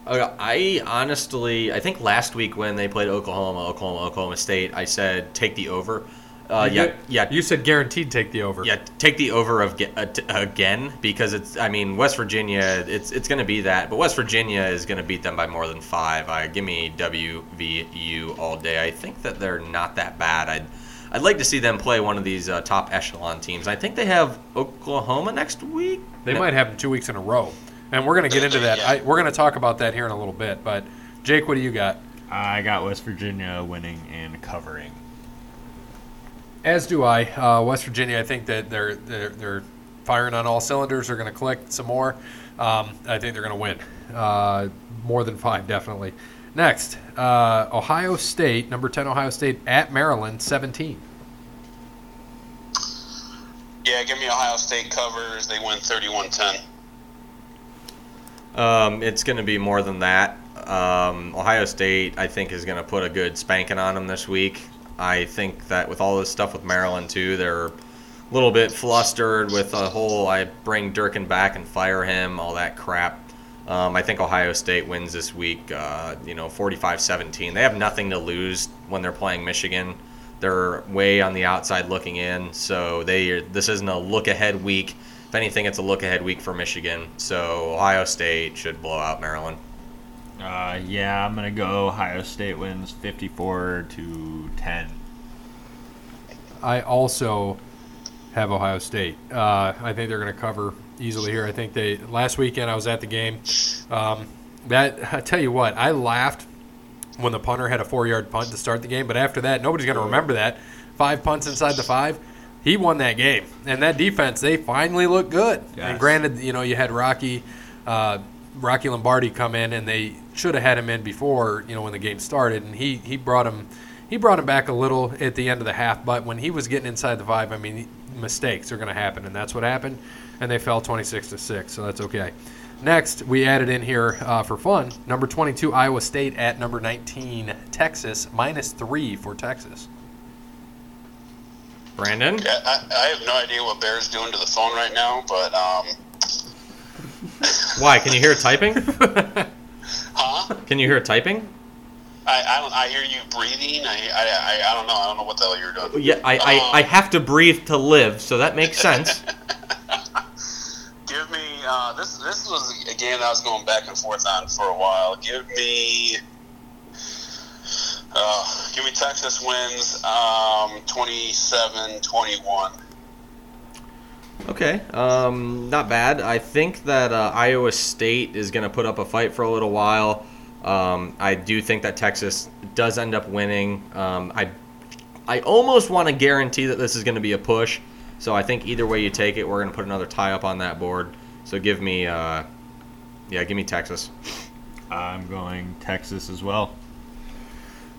Okay, I honestly, I think last week when they played Oklahoma, Oklahoma, Oklahoma State, I said take the over. Uh,
You
yeah,
did-
yeah,
You said guaranteed take the over.
yeah. Take the over of ge- uh, t- again because it's. I mean, West Virginia. It's it's going to be that, but West Virginia is going to beat them by more than five. I give me WVU all day. I think that they're not that bad. I'd I'd like to see them play one of these uh, top echelon teams. I think they have Oklahoma next week.
They
No.
might have them two weeks in a row, and we're going to get into that. I, we're going to talk about that here in a little bit. But Jake, what do you got?
I got West Virginia winning and covering.
As do I. Uh, West Virginia, I think that they're they're, they're firing on all cylinders. They're going to click some more. Um, I think they're going to win uh, more than five, definitely. Next, uh, Ohio State, number ten, Ohio State at Maryland, seventeen.
Yeah, give me Ohio State covers. They win 31-10.
Um, it's going to be more than that. Um, Ohio State, I think, is going to put a good spanking on them this week. I think that with all this stuff with Maryland too, they're a little bit flustered with the whole "I bring Durkin back and fire him" all that crap. Um, I think Ohio State wins this week. Uh, you know, 45-17. They have nothing to lose when they're playing Michigan. They're way on the outside looking in, so they this isn't a look ahead week. If anything, it's a look ahead week for Michigan. So Ohio State should blow out Maryland.
Uh, yeah, I'm gonna go. Ohio State wins 54 to 10.
I also have Ohio State. Uh, I think they're going to cover easily here. I think they last weekend I was at the game. Um, that I tell you what, I laughed when the punter had a four-yard punt to start the game, but after that, nobody's going to remember that. Five punts inside the five. He won that game, and that defense they finally looked good. And
Yes.
granted, you know you had Rocky, uh, Rocky Lombardi come in, and they should have had him in before you know when the game started, and he he brought him he brought him back a little at the end of the half. But when he was getting inside the five, I mean mistakes are going to happen, and that's what happened, and they fell twenty six to six, so that's okay. Next, we added in here uh, for fun number 22, Iowa State at number 19, Texas, minus three for Texas.
Brandon,
Yeah, I, I have no idea what Bear's doing to the phone right now, but um,
why? Can you hear typing?
huh?
Can you hear typing?
I, I don't. I hear you breathing. I, I, I, I don't know. I don't know what the hell you're doing.
Yeah, I, I, I have to breathe to live, so that makes sense.
Give me uh, this. This was a game that I was going back and forth on for a while. Give me. Uh, give me Texas wins um, 27-21.
Okay, um, not bad. I think that uh, Iowa State is going to put up a fight for a little while. Um, I do think that Texas does end up winning. Um, I, I almost want to guarantee that this is going to be a push. So I think either way you take it, we're going to put another tie up on that board. So give me, uh, yeah, give me Texas.
I'm going Texas as well.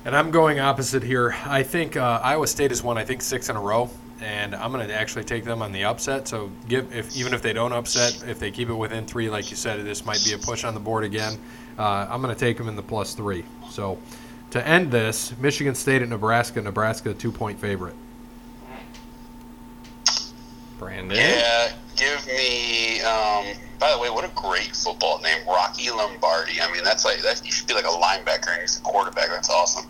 And I'm going opposite here. I think uh, Iowa State has won, I think, six in a row, and I'm going to actually take them on the upset. So give if even if they don't upset, if they keep it within three, like you said, this might be a push on the board again. Uh, I'm going to take them in the plus three. So to end this, Michigan State at Nebraska, Nebraska two point favorite.
Brandon.
Yeah, give me. Um, by the way, what a great football name, Rocky Lombardi. I mean, that's like that. You should be like a linebacker and he's a quarterback. That's awesome.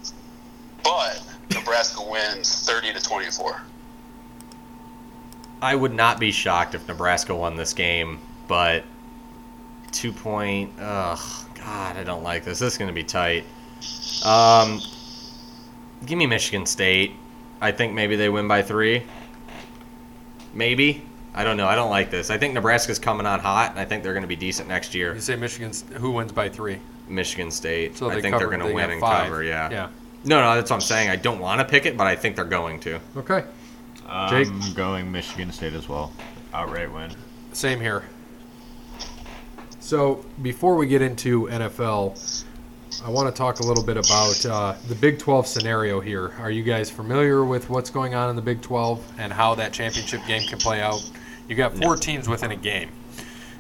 But Nebraska wins thirty to twenty-four.
I would not be shocked if Nebraska won this game, but two point. Ugh, God, I don't like this. This is going to be tight. Um, give me Michigan State. I think maybe they win by three. Maybe. I don't know. I don't like this. I think Nebraska's coming on hot, and I think they're going to be decent next year.
You say Michigan's who wins by three?
Michigan State.
So they
I think they're
cover-
going to
they
win
got
and
five.
cover. Yeah.
Yeah.
No, no, that's what I'm saying. I don't want to pick it, but I think they're going to.
Okay.
I'm
Jake?
going Michigan State as well. Outright win.
Same here. So before we get into NFL, I want to talk a little bit about uh, the Big 12 scenario here. Are you guys familiar with what's going on in the Big 12 and how that championship game can play out? You got four teams within a game.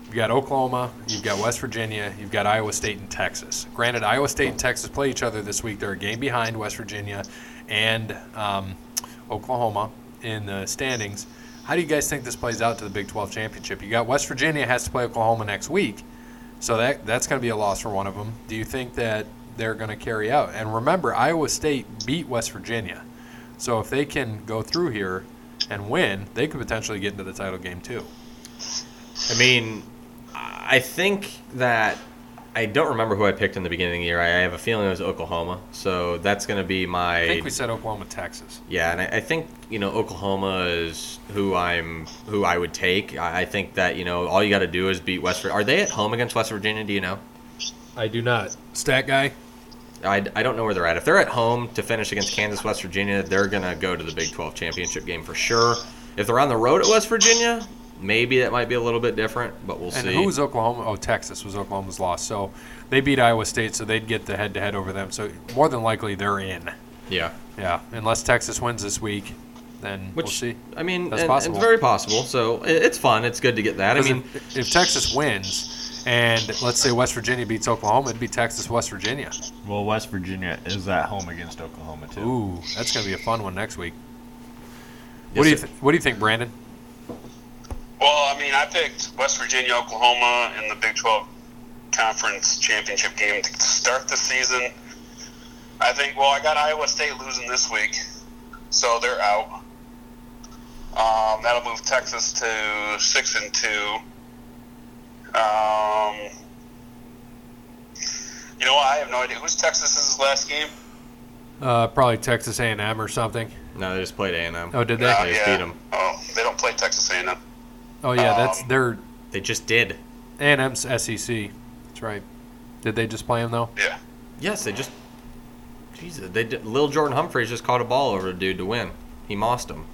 You've got Oklahoma, you've got West Virginia, you've got Iowa State and Texas. Granted, Iowa State and Texas play each other this week. They're a game behind West Virginia and um, Oklahoma in the standings. How do you guys think this plays out to the Big 12 championship? You got West Virginia has to play Oklahoma next week, so that that's going to be a loss for one of them. Do you think that they're going to carry out? And remember, Iowa State beat West Virginia. So if they can go through here and win, they could potentially get into the title game too.
I mean, I think that I don't remember who I picked in the beginning of the year. I have a feeling it was Oklahoma, so that's going to be my.
I think we said Oklahoma, Texas.
Yeah, and I, I think you know Oklahoma is who I'm who I would take. I, I think that you know all you got to do is beat West. Vir- Are they at home against West Virginia? Do you know?
I do not. Stat guy.
I, I don't know where they're at. If they're at home to finish against Kansas, West Virginia, they're going to go to the Big 12 championship game for sure. If they're on the road at West Virginia, maybe that might be a little bit different, but we'll
And
see.
who was Oklahoma? Oh, Texas was Oklahoma's loss. So they beat Iowa State, so they'd get the head to head over them. So more than likely they're in.
yeah.
Yeah, unless Texas wins this week, then
Which,
we'll see.
I mean,
That's
and-
possible.
it's very possible. So it, it's fun. It's good to get that. I
'Cause
mean,
if, if Texas wins, and let's say West Virginia beats Oklahoma, it'd be Texas West Virginia.
Well, West Virginia is at home against Oklahoma too.
Ooh, that's gonna be a fun one next week. What do you
Yes,
th- What do you think, Brandon?
Well, I mean, I picked West Virginia, Oklahoma in the Big 12 conference championship game to start the season. I think, well, I got Iowa State losing this week, so they're out. Um, that'll move Texas to 6 and 2. Um, you know what? I have no idea. Who's Texas's last game?
Uh, probably Texas A&M or something.
no, they just played A&M.
Oh, did they?
Uh,
They just beat 'em.
Oh, they don't play Texas A&M.
Oh yeah, that's
Um,
their
They just did.
A&M's SEC. E That's right. Did they just play him though?
Yeah.
Yes, they just. Jesus, they did. Lil Jordan Humphreys just caught a ball over a dude to win. He mossed him.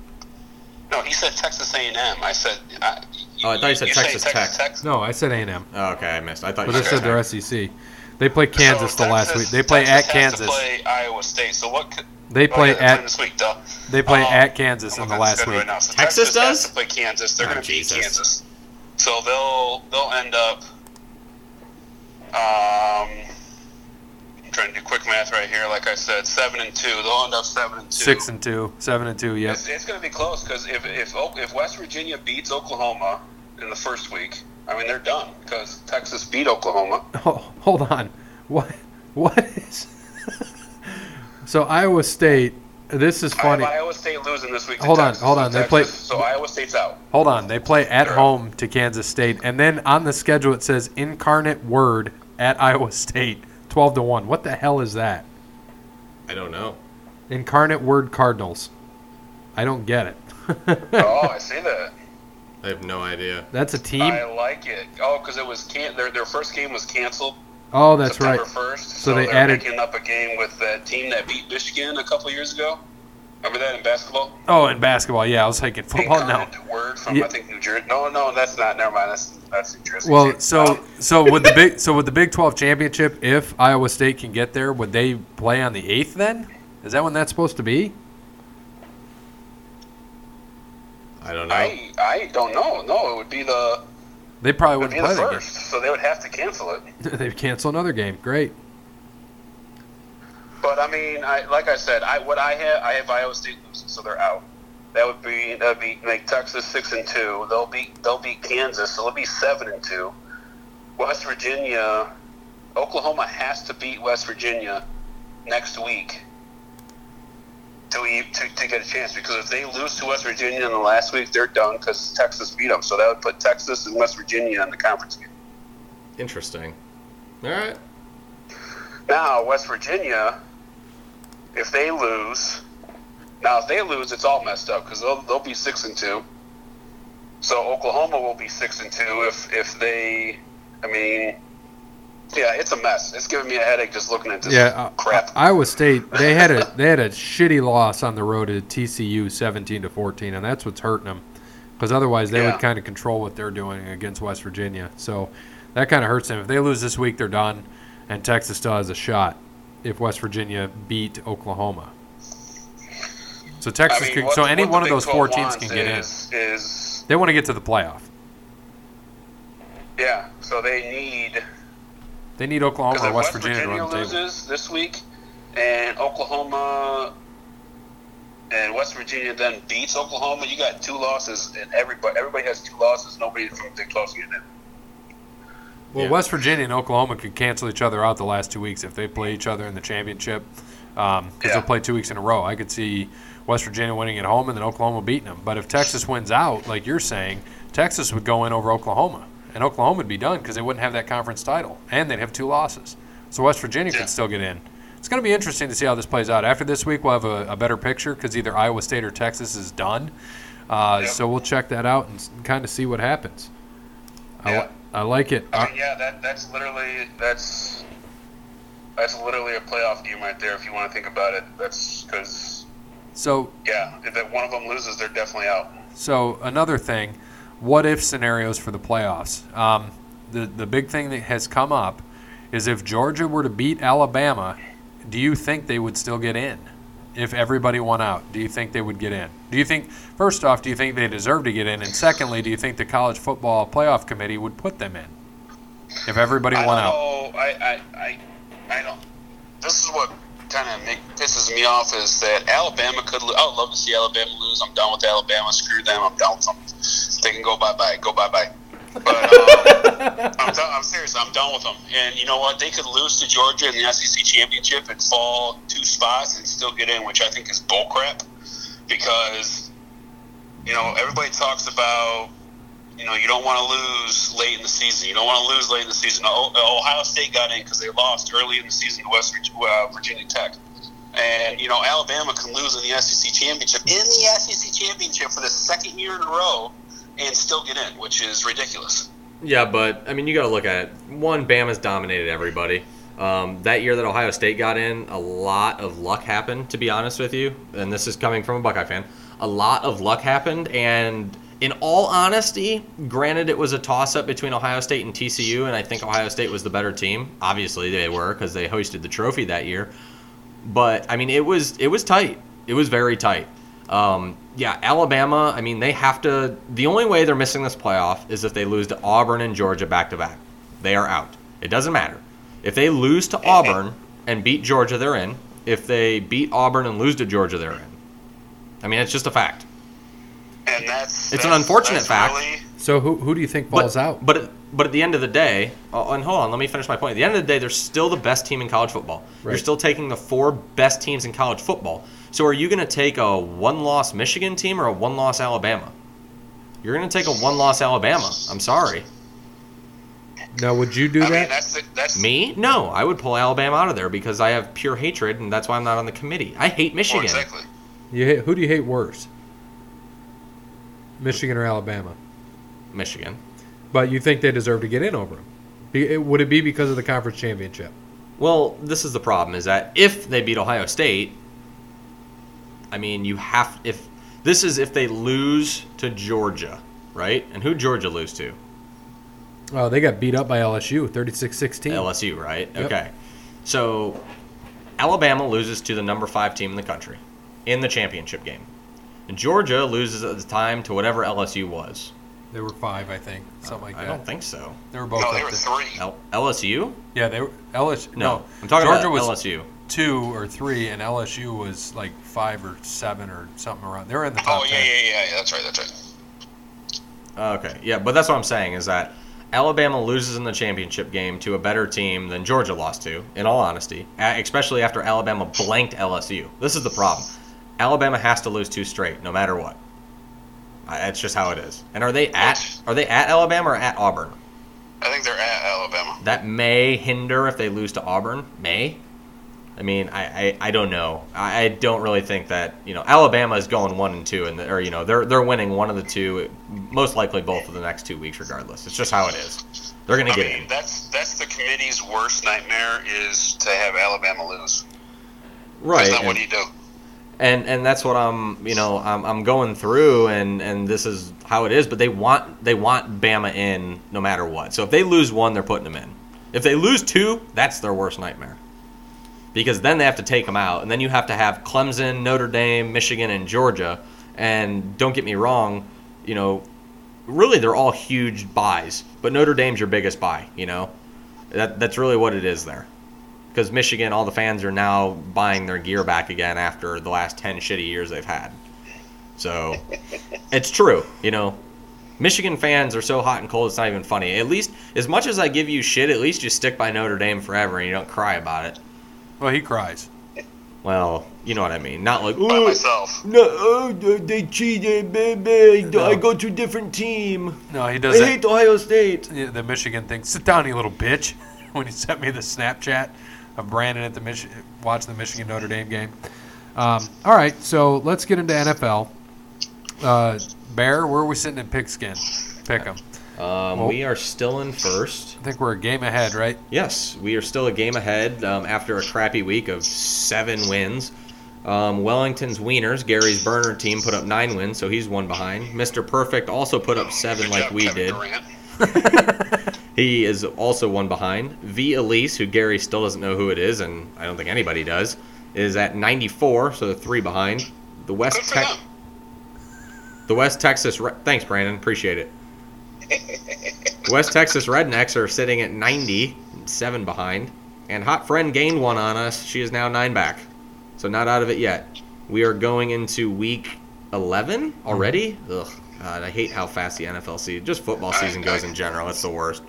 No, he said Texas A&M. I said. I,
Oh, I thought you said
say
Texas Tech.
Tech.
No, I said A&M,
Oh, okay, I missed. I thought
but
you
they said
said
they're SEC. They play Kansas
So
the last week.
Oh, Texas-
They play
Texas
at
has
Kansas.
To play Iowa State. So what? Could,
They
oh,
play
yeah, they're playing
at
this week. Duh.
they play
Um,
at Kansas
I'm
in the
looking at
last
schedule
week.
Right now. So
Texas
has
does?
to play Kansas. They're
Oh,
going to beat
Jesus.
Kansas. So they'll they'll end up. Um, I'm trying to do quick math right here. Like I said, seven and two. They'll end up seven and two.
Six and two, seven and two. Yep.
It's, it's going to be close because if, if O- if West Virginia beats Oklahoma in the first week, I mean they're done because Texas beat Oklahoma.
<laughs> Oh, hold on. What? What is? <laughs> so Iowa State. This is funny.
I have Iowa State losing this week. to
Hold on,
Texas,
hold
so
on, they
Texas-
play-
So Iowa
<laughs>
State's out.
Hold on. They play at
Sure.
home to Kansas State, and then on the schedule it says Incarnate Word at <laughs> Iowa State, twelve to one. What the hell is that?
I don't know.
Incarnate Word Cardinals. I don't get it. <laughs>
oh, I see that.
I have no idea.
That's a team.
I like it. Oh, because it was can- their their first game was canceled.
Oh, that's right.
September first.
So
So,
they
they are
added-
making up a game with that team that beat Michigan a couple years ago. Remember that in basketball?
Oh, in basketball, yeah. I was thinking football. No.
Incarnate Word from
Yeah.
I think New Jersey. No, no, that's not. Never mind. That's that's New
<laughs>
Jersey.
Well, so so would the big so would the Big Twelve championship, if Iowa State can get there, would they play on the eighth? Then is that when that's supposed to be?
I don't know.
I I don't know. No, it would be the
They probably
it would be
wouldn't
the
play that
first. So they would have to cancel it.
game. <laughs> They'd cancel another game. Great.
But I mean, I like I said, I what I have, I have Iowa State losing, so they're out. That would be that would be make Texas six and two. They'll beat they'll beat Kansas, so they'll be seven and two. West Virginia, Oklahoma has to beat West Virginia next week to e- to, to get a chance. Because if they lose to West Virginia in the last week, they're done because Texas beat them. So that would put Texas and West Virginia in the conference game.
Interesting. All right.
Now West Virginia, if they lose, now if they lose, it's all messed up because they'll they'll be six and two. So Oklahoma will be six and two if if they, I mean, yeah, it's a mess. It's giving me a headache just looking at this
Yeah, uh, I-
crap.
I- Iowa State they had a they had a shitty loss on the road to TCU, seventeen to fourteen, and that's what's hurting them. Because otherwise, they
Yeah.
would kind of control what they're doing against West Virginia. So that kind of hurts them. If they lose this week, they're done, and Texas still has a shot if West Virginia beat Oklahoma. So
I
Texas
mean,
could.
what-
So any
what the
one of
Big
those
12
four teams
wants
can get in.
is, Is
They want to get to the playoff.
yeah, so they need
They need Oklahoma
Because
or
if
West
West
Virginia,
Virginia,
to run the table.
loses this week, and Oklahoma and West Virginia then beats Oklahoma, you got two losses, and everybody everybody has two losses. Nobody from Big Twelve getting in.
Well,
Yeah.
West Virginia and Oklahoma could cancel each other out the last two weeks if they play each other in the championship. because
Yeah.
they'll play two weeks in a row. I could see West Virginia winning at home and then Oklahoma beating them. But if Texas wins out, like you're saying, Texas would go in over Oklahoma, and Oklahoma would be done because they wouldn't have that conference title, and they'd have two losses. So West Virginia
Yeah.
could still get in. It's going to be interesting to see how this plays out. After this week, we'll have a, a better picture because either Iowa State or Texas is done. Uh,
Yeah.
So we'll check that out and kind of see what happens. I, li- I like it.
I mean, yeah, that that's literally that's that's literally a playoff game right there. If you want to think about it, that's because
So
yeah, if that one of them loses, they're definitely out.
So another thing, what if scenarios for the playoffs? Um, the the big thing that has come up is if Georgia were to beat Alabama, do you think they would still get in? If everybody won out, do you think they would get in? Do you think first off, do you think they deserve to get in? And secondly, do you think the college football playoff committee would put them in? If everybody
I
won
don't
out.
know. I, I, I, I don't. This is what kind of make, pisses me off is that Alabama could. lo- I would love to see Alabama lose. I'm done with Alabama. Screw them. I'm done with them. They can go bye bye. Go bye bye. But
<laughs>
um, I'm, done, I'm serious. I'm done with them. And you know what? They could lose to Georgia in the SEC championship and fall two spots and still get in, which I think is bullcrap. Because you know everybody talks about you know, you don't want to lose late in the season. You don't want to lose late in the season. O- Ohio State got in because they lost early in the season to West Virg- uh, Virginia Tech. And, you know, Alabama can lose in the SEC championship, in the SEC championship for the second year in a row, and still get in, which is ridiculous.
Yeah, but I mean, you got to look at it. One, Bama's dominated everybody. Um, that year that Ohio State got in, a lot of luck happened. To be honest with you, and this is coming from a Buckeye fan, a lot of luck happened. And in all honesty, granted, it was a toss-up between Ohio State and TCU, and I think Ohio State was the better team. Obviously, they were because they hoisted the trophy that year but I mean, it was it was tight. It was very tight. Um, yeah, Alabama. I mean, they have to. The only way they're missing this playoff is if they lose to Auburn and Georgia back to back. They are out. It doesn't matter if they lose to Auburn and beat Georgia, they're in. If they beat Auburn and lose to Georgia, they're in. I mean, it's just a fact.
And that's.
It's an
that's-
unfortunate
that's
fact.
Really,
So who who do you think falls
but,
out?
But at, but at the end of the day, uh, and hold on, let me finish my point. At the end of the day, they're still the best team in college football. You're
Right.
still taking the four best teams in college football. So are you going to take a one-loss Michigan team or a one-loss Alabama? You're going to take a one-loss Alabama. I'm sorry.
now would you do
I mean,
that?
that's. The, that's
Me? No, I would pull Alabama out of there because I have pure hatred, and that's why I'm not on the committee. I hate
Well,
Michigan.
exactly.
You hate, who do you hate worse? Michigan or Alabama?
Michigan.
But you think they deserve to get in over them? Be, it, would it be because of the conference championship?
Well, this is the problem is that if they beat Ohio State, I mean, you have if this is if they lose to Georgia, right? And who Georgia lose to?
Oh, they got beat up by LSU, 36-16.
LSU, right?
Yep.
Okay. So Alabama loses to the number 5 team in the country in the championship game. And Georgia loses at the time to whatever LSU was.
They were five, I think, something like
I
that.
don't think so.
they were both.
No,
up
they were
there.
three.
L- LSU?
Yeah, they were LSU. No,
No. I'm talking
Georgia
about
was
LSU.
two or three, and LSU was like five or seven or something around. They were in the top
Oh, yeah,
ten.
yeah, yeah, yeah. That's right. That's right.
Oh, Okay, yeah, but that's what I'm saying is that Alabama loses in the championship game to a better team than Georgia lost to. In all honesty, a- especially after Alabama blanked LSU. This is the problem. Alabama has to lose two straight, no matter what. I- That's just how it is. And are they at are they at Alabama or at Auburn?
I think they're at Alabama.
That may hinder if they lose to Auburn. May. I mean, I, I, I don't know. I, I don't really think that you know Alabama is going one and two, and or you know they're they're winning one of the two, most likely both of the next two weeks, regardless. It's just how it is. They're gonna
I
get
mean, that's that's the committee's worst nightmare is to have Alabama lose.
in, right?
Then
and-
what do you do?
and and that's what I'm you know I'm, I'm going through and and this is how it is but they want they want Bama in no matter what so if they lose one they're putting them in if they lose two that's their worst nightmare because then they have to take them out and then you have to have Clemson Notre Dame Michigan and Georgia and don't get me wrong you know really they're all huge buys but Notre Dame's your biggest buy you know that that's really what it is there because Michigan, all the fans are now buying their gear back again after the last ten shitty years they've had.
<laughs>
So it's true, you know. Michigan fans are so hot and cold; it's not even funny. At least, as much as I give you shit, at least you stick by Notre Dame forever and you don't cry about it.
Well, he cries.
Well, you know what I mean. Not like
by
"Ooh,
myself.
No, oh, no, they cheated, baby. I go to a different team.
No, he
I
does
hate
that,
Ohio State.
yeah, the Michigan thing. Sit down, you little bitch. <laughs> when he sent me the Snapchat of Brandon at the Mich- watching the Michigan Notre Dame game. Um, all right, so let's get into NFL. Uh, Bear, where are we sitting in pigskin? Pick 'em.
Um, we are still in first.
I think we're a game ahead, right?
Yes, we are still a game ahead um, after a crappy week of seven wins. Um, Wellington's Wieners, Gary's burner team, put up nine wins, so he's one behind. Mr. Perfect also put up seven,
Good
like
job,
we
Kevin
did.
Durant.
He is also one behind. V. Elise, who Gary still doesn't know who it is, and I don't think anybody does, is at 94, so three behind. The West
Good for
Tech.
them.
The West Texas. Re- Thanks, Brandon. Appreciate it. West Texas Rednecks are sitting at 90, seven behind. And Hot Friend gained one on us. She is now nine back. So not out of it yet. We are going into week 11 already? Ugh. God, I hate how fast the NFL season, just football season goes in general. It's the worst.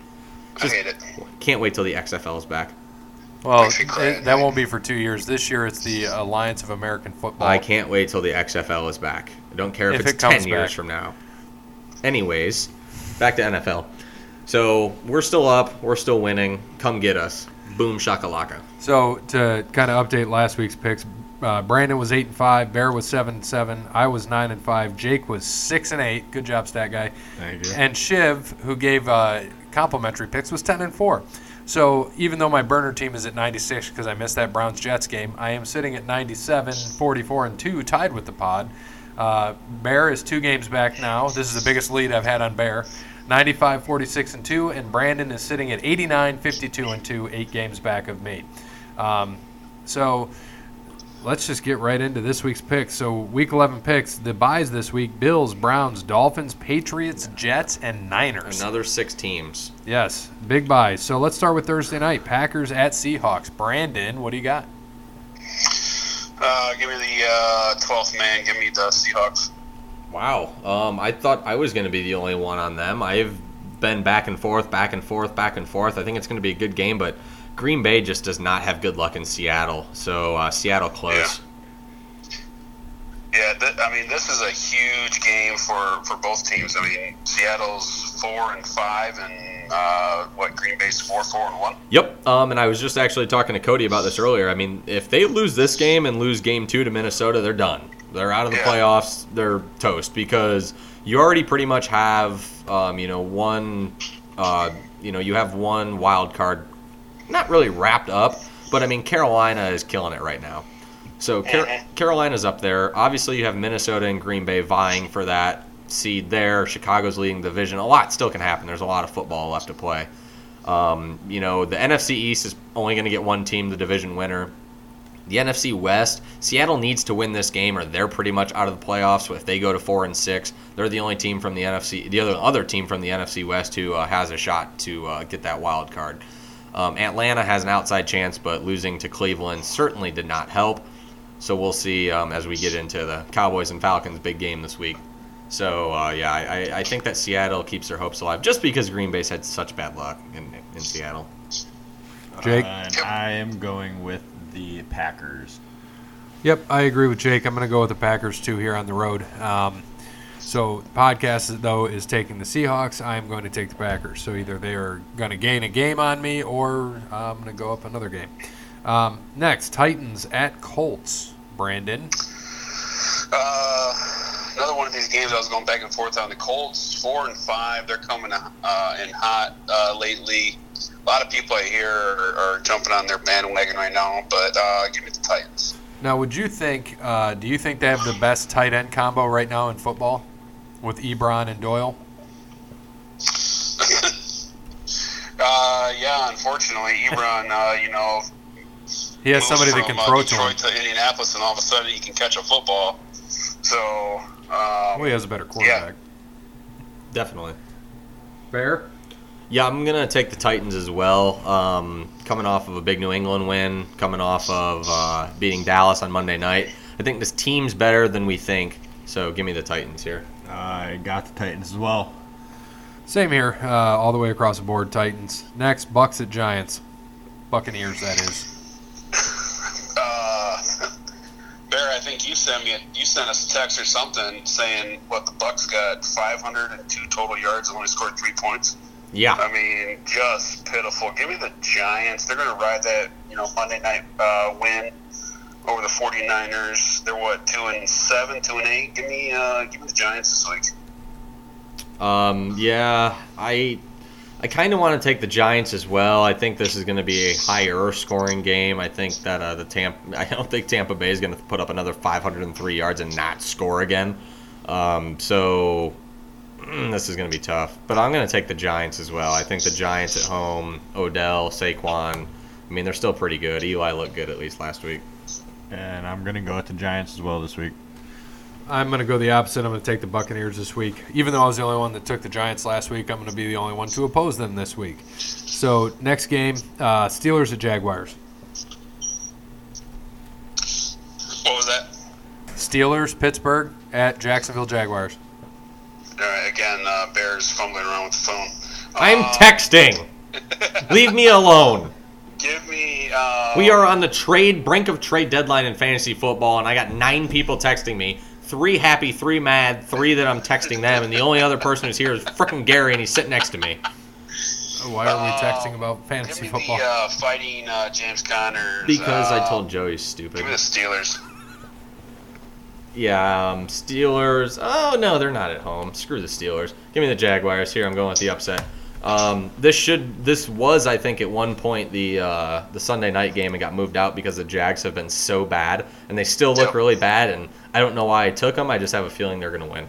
I hate it.
Can't wait till the XFL is back.
Well,
Makes you cry
it-
at
that
night.
won't be for two years. This year, it's the Alliance of American Football.
I can't wait till the XFL is back. I don't care if,
If
it's
it comes
10 years
back.
from now. Anyways, back to NFL. So we're still up. We're still winning. Come get us. Boom shakalaka.
So to kind of update last week's picks, uh, Brandon was eight and five, Bear was seven and seven, I was nine and five, Jake was six and eight. Good job, stat guy.
Thank you.
And Shiv, who gave uh, complimentary picks, was ten and four. So even though my burner team is at 96 because I missed that Browns Jets game, I am sitting at 97, 44 and two, tied with the pod. Uh, Bear is two games back now. This is the biggest lead I've had on Bear. 95, 46 and two, and Brandon is sitting at 89, 52 and two, eight games back of me. Um, so let's just get right into this week's picks. So week 11 picks, the buys this week, Bills, Browns, Dolphins, Patriots, Jets, and Niners.
Another six teams.
Yes, big buys. So let's start with Thursday night, Packers at Seahawks. Brandon, what do you got?
Uh, give me the uh, 12th man. Give me the Seahawks.
Wow. Um, I thought I was going to be the only one on them. I've been back and forth, back and forth, back and forth. I think it's going to be a good game, but Green Bay just does not have good luck in Seattle. So uh, Seattle close.
Yeah, th- I mean, this is a huge game for, for both teams. I mean, Seattle's four and five, and uh, what Green Bay's four, four and one.
Yep. Um, and I was just actually talking to Cody about this earlier. I mean, if they lose this game and lose game two to Minnesota, they're done. They're out of the
Yeah.
playoffs. They're toast because you already pretty much have, um, you know, one, uh, you know, you have one wild card, not really wrapped up, but I mean, Carolina is killing it right now. So Car-
Mhm.
Carolina's up there. Obviously, you have Minnesota and Green Bay vying for that seed there. Chicago's leading the division. A lot still can happen. There's a lot of football left to play. Um, you know, the NFC East is only going to get one team, the division winner. The NFC West, Seattle needs to win this game, or they're pretty much out of the playoffs. If they go to four and six, they're the only team from the NFC, the other other team from the NFC West who uh, has a shot to uh, get that wild card. Um, Atlanta has an outside chance, but losing to Cleveland certainly did not help. So we'll see um, as we get into the Cowboys and Falcons big game this week. So uh, yeah, I, I- I think that Seattle keeps their hopes alive just because Green Bay's had such bad luck in, in Seattle.
Jake?
Uh, And I am going with the Packers.
Yep, I agree with Jake. I'm going to go with the Packers too here on the road. Um, so the podcast though is taking the Seahawks. I'm going to take the Packers. So either they are going to gain a game on me, or I'm going to go up another game. Um, next, Titans at Colts. Brandon,
Uh, another one of these games I was going back and forth on. The Colts, four and five. They're coming uh, in hot uh, lately. A lot of people I hear are, are jumping on their bandwagon right now, but uh, give me the Titans.
now would you think? Uh, do you think they have the best tight end combo right now in football, with Ebron and Doyle?
Uh, yeah, unfortunately, Ebron, uh, you know,
<laughs> He has
moves
somebody that
from,
can
uh,
throw to him.
Detroit to Indianapolis, and all of a sudden you can catch a football. So, um,
Well, Oh, he has a better quarterback.
Definitely.
Fair.
Yeah, I'm gonna take the Titans as well. Um, coming off of a big New England win, coming off of uh, beating Dallas on Monday night, I think this team's better than we think. So give me the Titans here.
I got the Titans as well.
Same here, uh, all the way across the board. Titans. Next, Bucks at Giants. Buccaneers, that is.
Uh, <laughs> you send me a, you sent us a text or something saying what the Bucks got 502 total yards and only scored three points.
Yeah.
I mean, just pitiful. Give me the Giants. They're going to ride that, you know, Monday night uh, win over the 49ers. They're what two and seven, two and eight. Give me, uh, give me the Giants this week.
Um, yeah, I I kind of want to take the Giants as well. I think this is going to be a higher scoring game. I think that uh, the Tampa <laughs> I don't think Tampa Bay is going to put up another 503 yards and not score again. Um, so mm, this is going to be tough. But I'm going to take the Giants as well. I think the Giants at home, Odell, Saquon, I mean they're still pretty good. Eli looked good at least last week.
And I'm gonna go with the Giants as well this week.
I'm going to go the opposite. I'm going to take the Buccaneers this week. Even though I was the only one that took the Giants last week, I'm going to be the only one to oppose them this week. So, next game uh, Steelers at Jaguars.
What was that?
Steelers, Pittsburgh at Jacksonville Jaguars.
All right, again, uh, Bears fumbling around with the phone.
I'm
Uh,
texting. Leave me alone.
Give me. Uh,
We are on the trade brink of trade deadline in fantasy football, and I got nine people texting me. Three happy, three mad, three that I'm texting them, and the only other person who's here is frickin' Gary, and he's sitting next to me
Oh, Why are we
Uh,
texting about
Give
fantasy
me
football?
the uh, fighting uh, James Conner.
because I told Joe he's stupid.
Give me the Steelers.
Yeah, um, Steelers. Oh no, they're not at home. Screw the Steelers. Give me the Jaguars. Here, I'm going with the upset. Um, this should. This was, I think, at one point the uh, the Sunday night game and got moved out because the Jags have been so bad and they still look
Yep.
really bad. And I don't know why I took them. I just have a feeling they're going to win.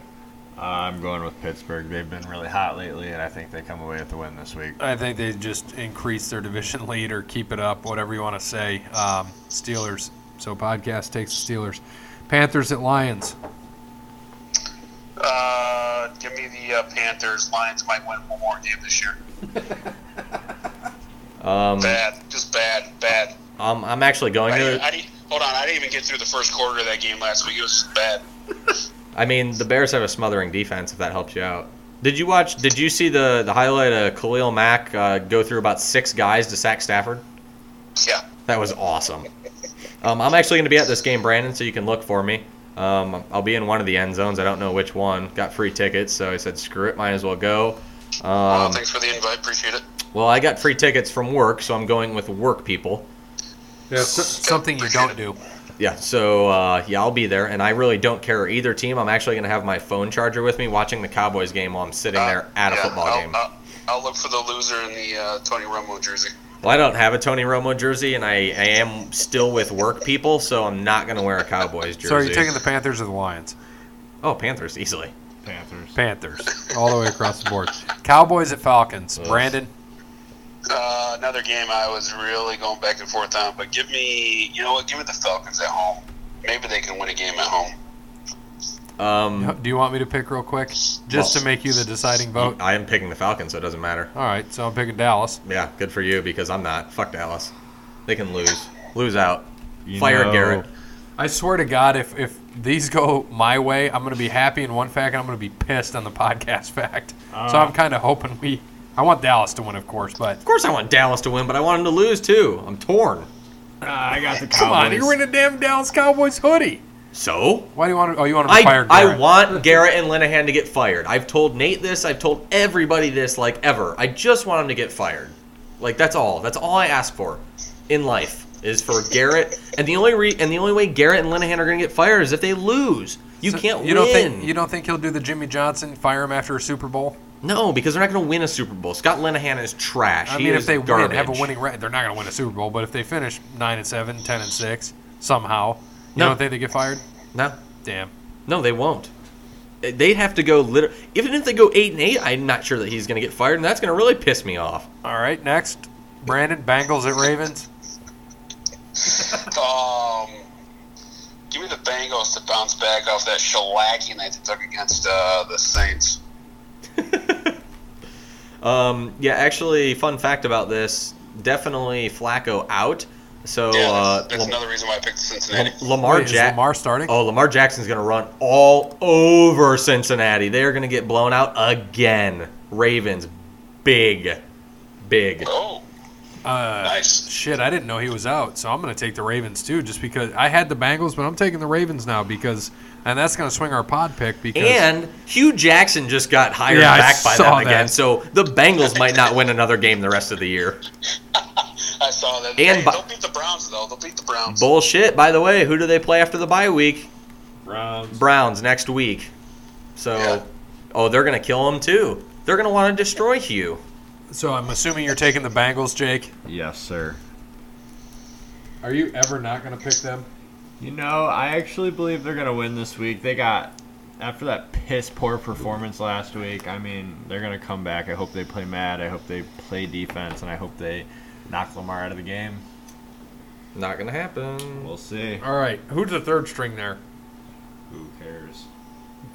I'm going with Pittsburgh. They've been really hot lately, and I think they come away with the win this week.
I think they just increase their division <laughs> lead or keep it up, whatever you want to say. Um, Steelers. So, podcast takes the Steelers. Panthers at Lions.
Uh, give me the uh, Panthers. Lions might win one more game this year.
<laughs> Um,
Bad, just bad, bad.
um, I'm actually going
I,
to.
didn't- I didn't- hold on, I didn't even get through the first quarter of that game last week. It was just bad.
I mean, the Bears have a smothering defense. If that helps you out. Did you watch? Did you see the the highlight of Khalil Mack uh, go through about six guys to sack Stafford?
Yeah.
That was awesome. Um, I'm actually going to be at this game, Brandon, so you can look for me. Um, I'll be in one of the end zones. I don't know which one. Got free tickets, so I said, screw it, might as well go.
Well,
Um,
thanks for the invite. Appreciate it.
well, I got free tickets from work, so I'm going with work people.
Yeah, something you don't do.
Yeah, so uh, yeah, I'll be there, and I really don't care either team. I'm actually going to have my phone charger with me watching the Cowboys game while I'm sitting there at a
Uh, Yeah, oh,
football
I'll,
game.
I'll, I'll look for the loser in the uh, Tony Romo jersey.
Well, I don't have a Tony Romo jersey, and I, I am still with work people, so I'm not going to wear a Cowboys jersey.
So, are you taking the Panthers or the Lions?
oh, Panthers, easily.
Panthers.
Panthers, <laughs> all the way across the board. Cowboys at Falcons. Brandon,
Uh, another game I was really going back and forth on, but give me, you know what? Give me the Falcons at home. Maybe they can win a game at home.
Um,
do you want me to pick real quick just to make you the deciding vote?
I am picking the Falcons, so it doesn't matter.
All right, so I'm picking Dallas.
Yeah, good for you because I'm not. Fuck Dallas. They can lose. Lose out.
You
Fire
know-
Garrett.
I swear to God, if if these go my way, I'm going to be happy in one fact, and I'm going to be pissed on the podcast fact. so
Uh.
I'm kind of hoping we. I want Dallas to win, of course, but
Of course, I want Dallas to win, but I want them to lose too. I'm torn.
Uh, I got the Cowboys.
<laughs> come on, you're wearing a damn Dallas Cowboys hoodie.
So
Why do you want? To, oh, you want to
I
fire
I
Garrett?
want Garrett and Linehan to get fired. I've told Nate this. I've told everybody this. Like ever. I just want him to get fired. Like that's all. That's all I ask for in life is for Garrett. And the only re- and the only way Garrett and Linehan are going to get fired is if they lose. You
So
can't
You
win.
don't think you don't think he'll do the Jimmy Johnson fire him after a Super Bowl?
No, because they're not going to win a Super Bowl. Scott Linehan is trash.
I
He
mean,
is
if they
garbage.
win, have a winning record, they're not going to win a Super Bowl. But if they finish nine and seven, 10 and six somehow, you
No.
don't think they get fired?
no,
Damn.
no, they won't. They'd have to go liter. Even if they go eight and eight, I'm not sure that he's going to get fired, and that's going to really piss me off.
All right, next, Brandon Bengals at Ravens.
Um, give me the Bengals to bounce back off that shellacking they took against uh, the Saints.
Um, yeah, actually, fun fact about this: definitely Flacco out. So
Yeah,
uh,
that's, that's
Lam-
another reason why I picked Cincinnati.
Lam- Lamar
Wait, is
Jack-
Lamar starting?
Oh, Lamar Jackson's going to run all over Cincinnati. They are going to get blown out again. Ravens, big, big.
Oh,
Uh,
Nice.
shit, I didn't know he was out, so I'm going to take the Ravens too, just because I had the Bengals, but I'm taking the Ravens now because, and that's going to swing our pod pick because
And Hugh Jackson just got hired
Yeah, I
back by
saw
them again,
that.
so the Bengals might not win another game the rest of the
<laughs>
year.
I saw
And
that. hey,
bu-
they'll beat the Browns though. They'll beat the Browns.
Bullshit. By the way, who do they play after the bye week?
Browns.
Browns next week. So,
Yeah.
oh, they're gonna kill him too. They're gonna want to destroy Hugh.
so I'm assuming you're taking the Bengals, Jake.
Yes, sir.
Are you ever not going to pick them?
You know, I actually believe they're gonna win this week. They got after that piss poor performance last week. I mean, they're gonna come back. I hope they play mad. I hope they play defense, and I hope they knock Lamar out of the game.
Not gonna happen.
We'll see.
All right, who's the third string there
Who cares?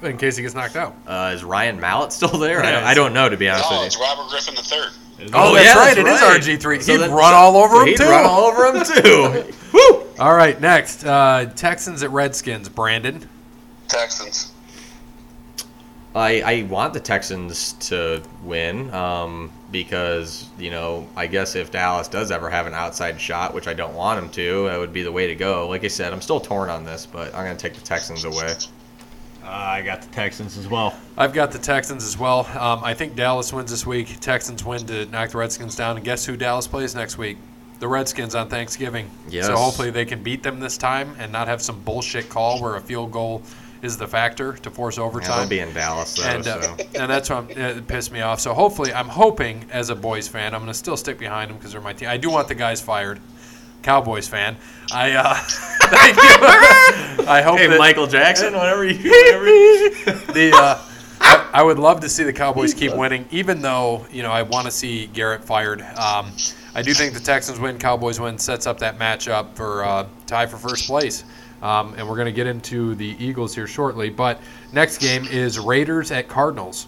in case he gets knocked out?
Uh, is Ryan Mallett still there?
Yeah,
I, I don't know to be honest
No,
with
it's
you.
Robert Griffin III.
Oh,
yeah,
that's right.
that's
It is
right.
RG3.
So
he'd
then-
run all over him
He'd
too.
run all over
<laughs>
him too. Woo!
all right, next uh, Texans at Redskins. Brandon.
Texans.
I, I want the Texans to win um, because, you know, I guess if Dallas does ever have an outside shot, which I don't want them to, that would be the way to go. Like I said, I'm still torn on this, but I'm going to take the Texans away.
Uh, I got the Texans as well.
I've got the Texans as well. Um, I think Dallas wins this week. Texans win to knock the Redskins down. And guess who Dallas plays next week? The Redskins on Thanksgiving.
Yes.
So hopefully they can beat them this time and not have some bullshit call where a field goal is the factor to force
Yeah, they'll
overtime.
be in Dallas, though.
and, uh,
so.
and that's what I'm- it pissed me off. So hopefully, I'm hoping as a boys fan, I'm going to still stick behind them because they're my team. I do want the guys fired. Cowboys fan. I uh, <laughs> thank
<laughs>
you. I hope that,
<laughs>
Jackson, whatever you.
<laughs>
Whatever
the uh, I, I would love to see the Cowboys keep winning, even though you know I want to see Garrett fired. Um, I do think the Texans win, Cowboys win, sets up that matchup for uh, tie for first place. Um, and we're going to get into the Eagles here shortly, but next game is Raiders at Cardinals.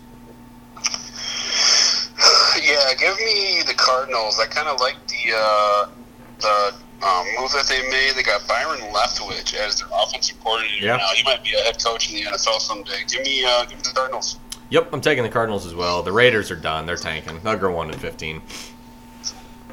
Yeah, give me the Cardinals. I kind of like the uh, the um, move that they made. They got Byron Leftwich as their offensive coordinator
Yeah.
now. He might be a head coach in the NFL someday. Give me, uh, give me the Cardinals.
yep, I'm taking the Cardinals as well. The Raiders are done. They're tanking. They'll go 1 and 15.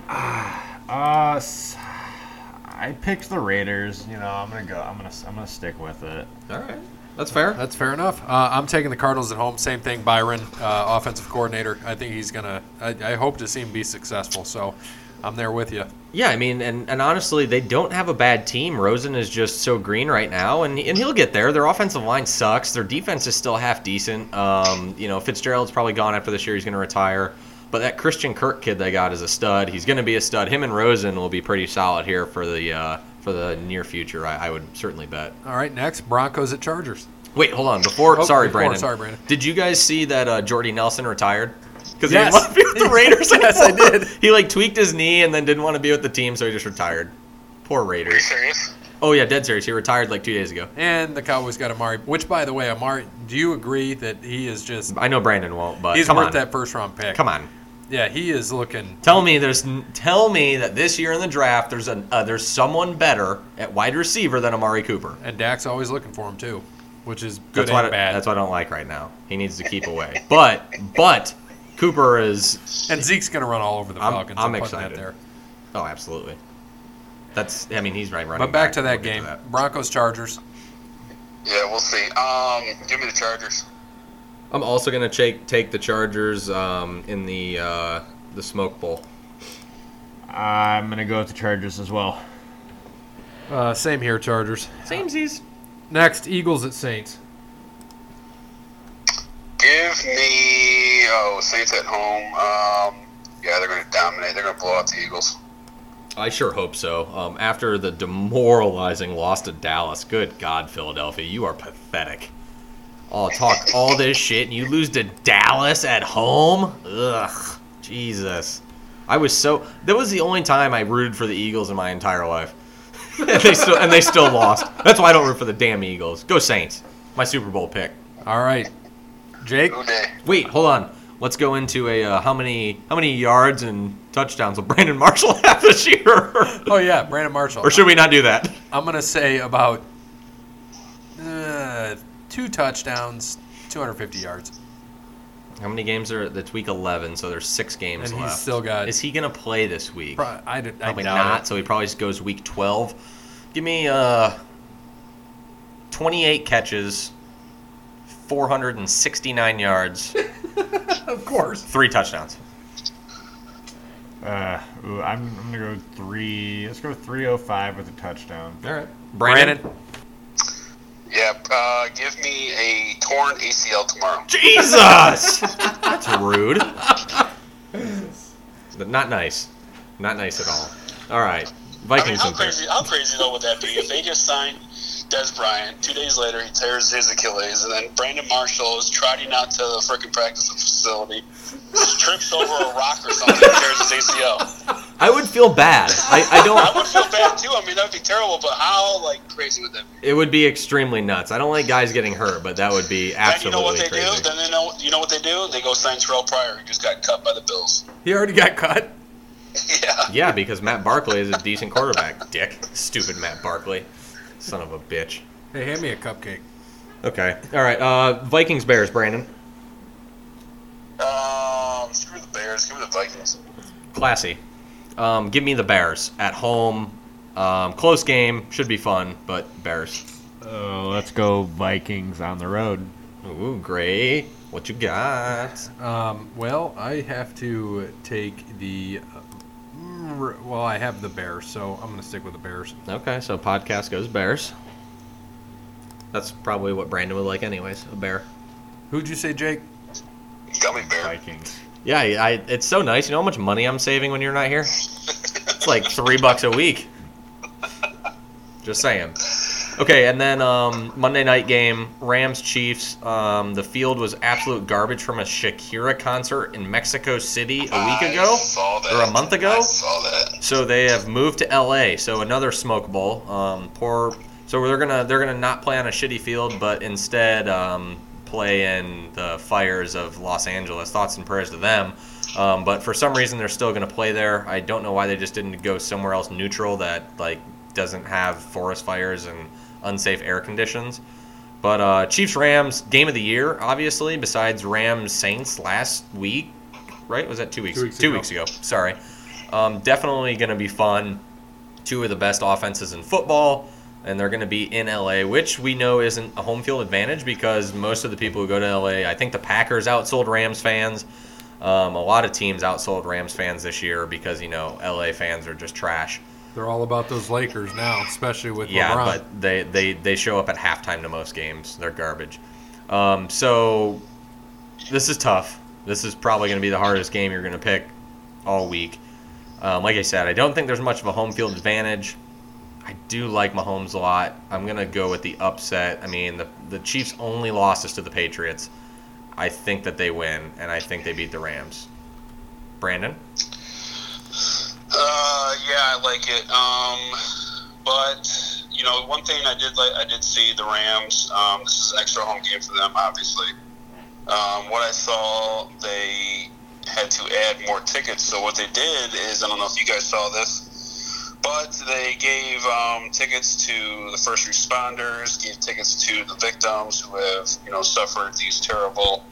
Uh, s- I picked the Raiders. You know, I'm gonna go. I'm gonna. I'm gonna stick with it.
All right. That's fair.
That's fair enough. Uh, I'm taking the Cardinals at home. Same thing, Byron, uh, offensive coordinator. I think he's going to. I hope to see him be successful. So I'm there with you.
Yeah, I mean, and, and honestly, they don't have a bad team. Rosen is just so green right now, and and he'll get there. Their offensive line sucks. Their defense is still half decent. Um, you know, Fitzgerald's probably gone after this year. He's going to retire. But that Christian Kirk kid they got is a stud. He's going to be a stud. Him and Rosen will be pretty solid here for the uh, for the near future. I, I would certainly bet.
All right, next Broncos at Chargers.
Wait, hold on. Before,
Oh,
sorry,
before-
Brandon.
sorry, Brandon.
Did you guys see that uh, Jordy Nelson retired? Because
Yes.
he didn't want to be
<laughs>
with the Raiders.
Yes, I did.
He like tweaked his knee and then didn't want to be with the team, so he just retired. Poor
Are you
Raiders.
serious?
Oh yeah, dead serious. He retired like two days ago.
And the Cowboys got Amari, which, by the way, Amari, do you agree that he is just.
I know Brandon won't, but
He's
come
worth
on,
that first round pick.
come on.
Yeah, he is looking.
Tell me there's tell me that this year in the draft there's an uh, there's someone better at wide receiver than Amari Cooper.
And Dak's always looking for him, too, which is good
That's
and
what I,
bad.
that's what I don't like right now. He needs to keep away. But but Cooper is
and Zeke's going to run all over the
I'm-
Falcons.
I'm
putting
excited.
That there.
Oh, absolutely. That's. I mean, he's right running.
But back to
We'll
that
get
game Broncos Chargers.
Yeah, we'll see. Um, give me the Chargers.
I'm also gonna take take the Chargers um, in the uh, the smoke bowl.
I'm gonna go with the Chargers as well.
Uh, same here, Chargers.
Samesies.
Next, Eagles at Saints.
Give me oh Saints at home. Um, yeah, they're going to dominate. They're going to blow out the Eagles.
I sure hope so. Um, after the demoralizing loss to Dallas, good God, Philadelphia, you are pathetic. Oh, talk all this shit and you lose to Dallas at home? Ugh, Jesus. I was so. That was the only time I rooted for the Eagles in my entire life, <laughs> and they still and they still lost. That's why I don't root for the damn Eagles. Go Saints, my Super Bowl pick.
All right. Jake?
Who day?
Wait, hold on. Let's go into a uh, how many how many yards and touchdowns will <laughs> Brandon Marshall have this year? <laughs>
Oh, yeah, Brandon Marshall.
or should we not do that?
I'm going to say about uh, two touchdowns, 250 yards.
How many games are that's week eleven? So there's six games
And he's
left.
still got-
Is he gonna play this week?
Pro- I, d- I
Probably
doubt
not.
it.
So he probably just goes week twelve. Give me uh, twenty-eight catches, four hundred and
<laughs>
sixty-nine yards,
Of course.
three touchdowns.
Uh, ooh, I'm, I'm gonna go three. Let's go 305 with a touchdown.
All right.
Brandon.
Yeah, uh, give me a torn ACL tomorrow.
<laughs>
Jesus, that's rude. Not nice. Not nice at all. All right,
I mean,
Vikings.
how
and Bears.
crazy, how crazy though would that be if they just signed Des Bryant? Two days later, he tears his Achilles, and then Brandon Marshall is trotting out to the freaking practice facility, trips over a rock or something, and tears his ACL.
I would feel bad. I, I
<laughs>
I
don't.
would feel bad too. I mean, that'd be terrible. But how like crazy would that be?
It would be extremely nuts. I don't like guys getting hurt, but that would be
Then you
absolutely
know what they
crazy.
do. Then they know. You know what they do? They go sign Terrell Pryor, who just got cut by the Bills. <laughs>
He already got cut.
yeah.
yeah, because Matt Barkley is a decent quarterback. Dick, stupid Matt Barkley, son of a bitch.
Hey, hand me a cupcake.
Okay. All right. Uh, Vikings Bears. Brandon.
Um, screw the Bears. Give me the Vikings.
Classy. Um, give me the Bears at home. Um, close game. Should be fun, but Bears.
Oh, let's go Vikings on the road.
Ooh, Gray, what you got?
Um, well, I have to take the. uh, mm, Well, I have the Bears, so I'm going to stick with the Bears.
Okay, so podcast goes Bears. That's probably what Brandon would like, anyways. A bear.
Who'd you say, Jake?
Gummy Bear.
Vikings.
Yeah, I, I- it's so nice. You know how much money I'm saving when you're not here? It's like three bucks a week. Just saying. Okay, and then um, Monday night game, Rams Chiefs. Um, the field was absolute garbage from a Shakira concert in Mexico City a week
I
ago.
saw that.
Or a month ago?
I saw that.
So they have moved to LA. So another smoke bowl. Um, poor. So they're gonna they're gonna not play on a shitty field, but instead um, play in the fires of Los Angeles. Thoughts and prayers to them. Um, but for some reason, they're still gonna play there. I don't know why they just didn't go somewhere else neutral that like doesn't have forest fires and unsafe air conditions. But uh, Chiefs Rams game of the year, obviously. Besides Rams Saints last week, right? Was that two weeks?
Two weeks ago.
weeks ago. Sorry. Um, definitely going to be fun. Two of the best offenses in football, and they're going to be in LA, which we know isn't a home field advantage because most of the people who go to LA, I think the Packers outsold Rams fans. Um, a lot of teams outsold Rams fans this year because you know LA fans are just trash.
They're all about those Lakers now, especially with
Yeah,
LeBron.
but they, they, they show up at halftime to most games. They're garbage. Um, so this is tough. This is probably going to be the hardest game you're going to pick all week. Um, like I said, I don't think there's much of a home field advantage. I do like Mahomes a lot. I'm going to go with the upset. I mean, the, the Chiefs only lost us to the Patriots. I think that they win, and I think they beat the Rams. Brandon?
Uh, yeah, I like it. Um, but you know, one thing I did like, I did see the Rams. Um, this is an extra home game for them, obviously. Um, what I saw, they had to add more tickets. So what they did is, I don't know if you guys saw this, but they gave um, tickets to the first responders, gave tickets to the victims who have you know suffered these terrible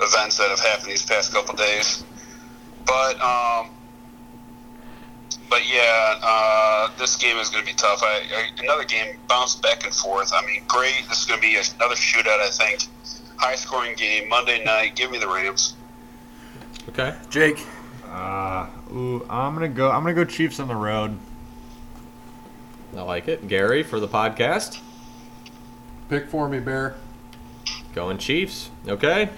events that have happened these past couple days. But um, but yeah, uh, this game is going to be tough. I, I, another game bounced back and forth. I mean, great. This is going to be another shootout. I think high scoring game Monday night. Give me the Rams.
Okay.
Jake,
Uh, ooh, I'm gonna go. I'm gonna go Chiefs on the road.
I like it. Gary for the podcast.
pick for me, Bear.
Going Chiefs. Okay.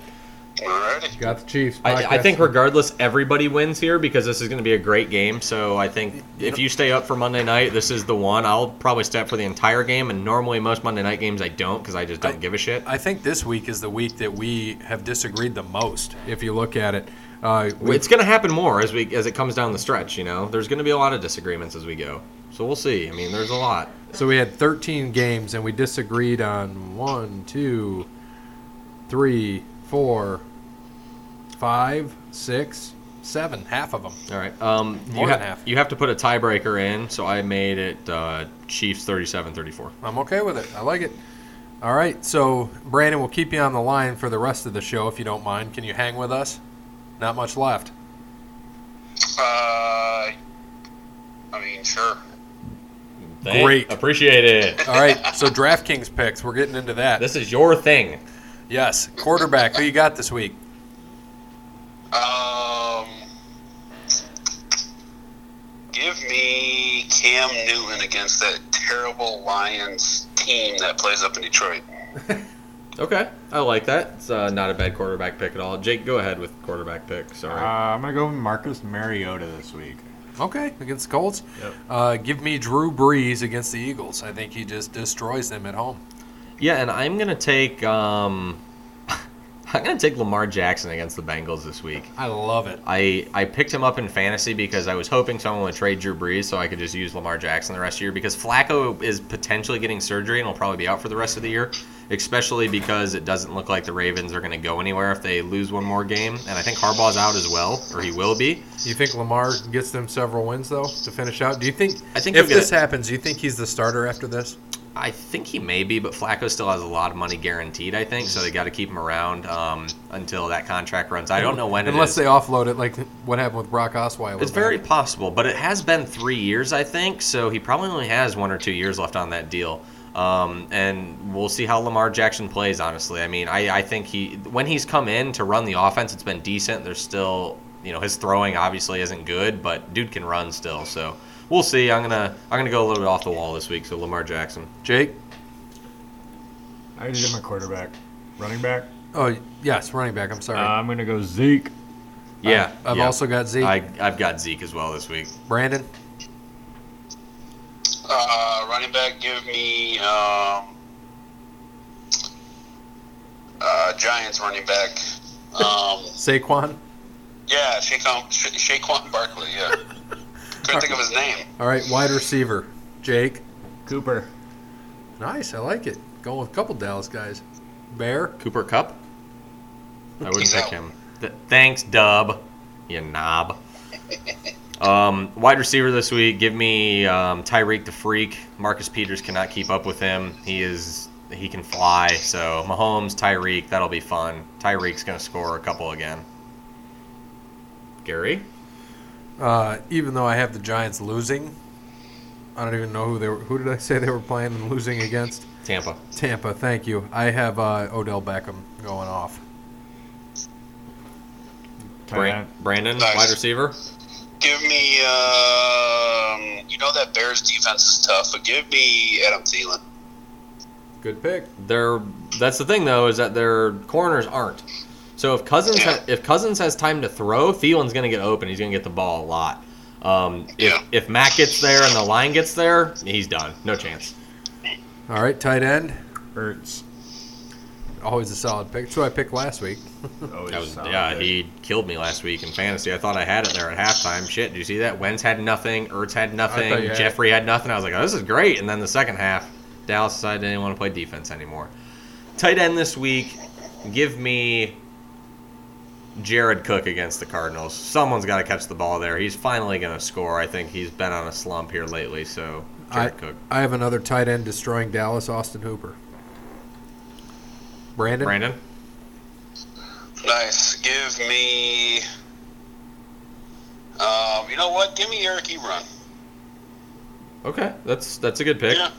Alrighty.
Got the Chiefs.
I, I
Podcast.
think regardless, everybody wins here because this is going to be a great game. So I think if you stay up for Monday night, this is the one. I'll probably stay up for the entire game, and normally most Monday night games I don't because I just don't
I-
give a shit.
I think this week is the week that we have disagreed the most. If you look at it, uh, we-
it's going to happen more as we as it comes down the stretch. You know, there's going to be a lot of disagreements as we go. So we'll see. I mean, there's a lot.
so we had 13 games and we disagreed on one, two, three, four, five, six, seven, half of them.
All right. Um, you,
More than
ha-
half.
you have to put a tiebreaker in. So I made it uh, Chiefs 37-34.
I'm okay with it. I like it. All right, so Brandon, we'll keep you on the line for the rest of the show if you don't mind. Can you hang with us? Not much left.
Uh, I mean, sure.
Thank-
Great.
Appreciate it.
All right, so DraftKings picks. We're getting into that.
This is your thing.
yes, quarterback. Who you got this week?
Um, give me Cam Newton against that terrible Lions team that plays up in Detroit.
Okay, I like that. It's uh, not a bad quarterback pick at all. Jake, go ahead with quarterback pick.
Uh,
Sorry.
I'm gonna go with Marcus Mariota this week.
Okay, against the Colts.
Yep.
Uh, give me Drew Brees against the Eagles. I think he just destroys them at home.
yeah, and I'm gonna take um, <laughs> I'm gonna take Lamar Jackson against the Bengals this week.
I love it.
I, I picked him up in fantasy because I was hoping someone would trade Drew Brees so I could just use Lamar Jackson the rest of the year because Flacco is potentially getting surgery and will probably be out for the rest of the year, especially because it doesn't look like the Ravens are going to go anywhere if they lose one more game. And I think Harbaugh's out as well, or he will be.
You think Lamar gets them several wins though to finish out? Do you think?
I think
if
he'll get
this
it.
happens, do you think he's the starter after this?
I think he may be, but Flacco still has a lot of money guaranteed, I think, so they got to keep him around um, until that contract runs. I don't know when it
Unless
is.
they offload it, like what happened with Brock Osweiler.
It's very possible, but it has been three years, I think, so he probably only has one or two years left on that deal. Um, and we'll see how Lamar Jackson plays, honestly. I mean, I, I think he, when he's come in to run the offense, it's been decent. There's still, you know, his throwing obviously isn't good, but dude can run still, so we'll see. I'm going to, I'm going to go a little bit off the wall this week, so Lamar Jackson.
Jake.
I already did my quarterback, running back.
Oh yes, running back. I'm sorry.
Uh, I'm gonna go Zeke.
Yeah.
I've
yeah.
also got Zeke.
I, I've got Zeke as well this week.
Brandon.
Uh, running back, give me um, uh, Giants running back. Um,
Saquon.
yeah, Shaquan, Sha- Shaquan Barkley. Yeah, couldn't think of his name.
All right, wide receiver. Jake.
Cooper.
Nice. I like it. Going with a couple Dallas guys. Bear.
Cooper Cup? I wouldn't
He's
pick
out.
him. Th- thanks, Dub. You knob. Um, wide receiver this week. Give me um, Tyreek the freak. Marcus Peters cannot keep up with him. He is he can fly. So Mahomes, Tyreek, that'll be fun. Tyreek's gonna score a couple again. Gary,
Uh, even though I have the Giants losing, I don't even know who they were. Who did I say they were playing and losing against?
Tampa.
Tampa. Thank you. I have uh, Odell Beckham going off.
tight
Bran-
end.
Brandon,
Nice.
wide receiver.
Give me, um, you know that Bears defense is tough, but give me Adam Thielen.
Good pick.
They're that's the thing though is that their corners aren't. So if Cousins
Yeah.
ha- if Cousins has time to throw, Thielen's going to get open. He's going to get the ball a lot. Um, if
Yeah.
if Matt gets there and the line gets there, he's done. No chance.
All right, tight end.
Ertz.
Always a solid pick. That's who I picked last week.
Always
That was,
solid.
yeah, he killed me last week in fantasy. I thought I had it there at halftime. Shit, did you see that? Wentz had nothing. Ertz had nothing.
you had it.
Jeffrey had nothing. I was like, oh, this is great. And then the second half, Dallas decided they didn't want to play defense anymore. Tight end this week, give me Jared Cook against the Cardinals. Someone's got to catch the ball there. He's finally going to score. I think he's been on a slump here lately. So
I,
Jared Cook,
I have another tight end destroying Dallas, Austin Hooper. Brandon?
Brandon,
Nice. Give me, um, you know what? Give me Eric Ebron.
okay, that's that's a good pick.
Yeah,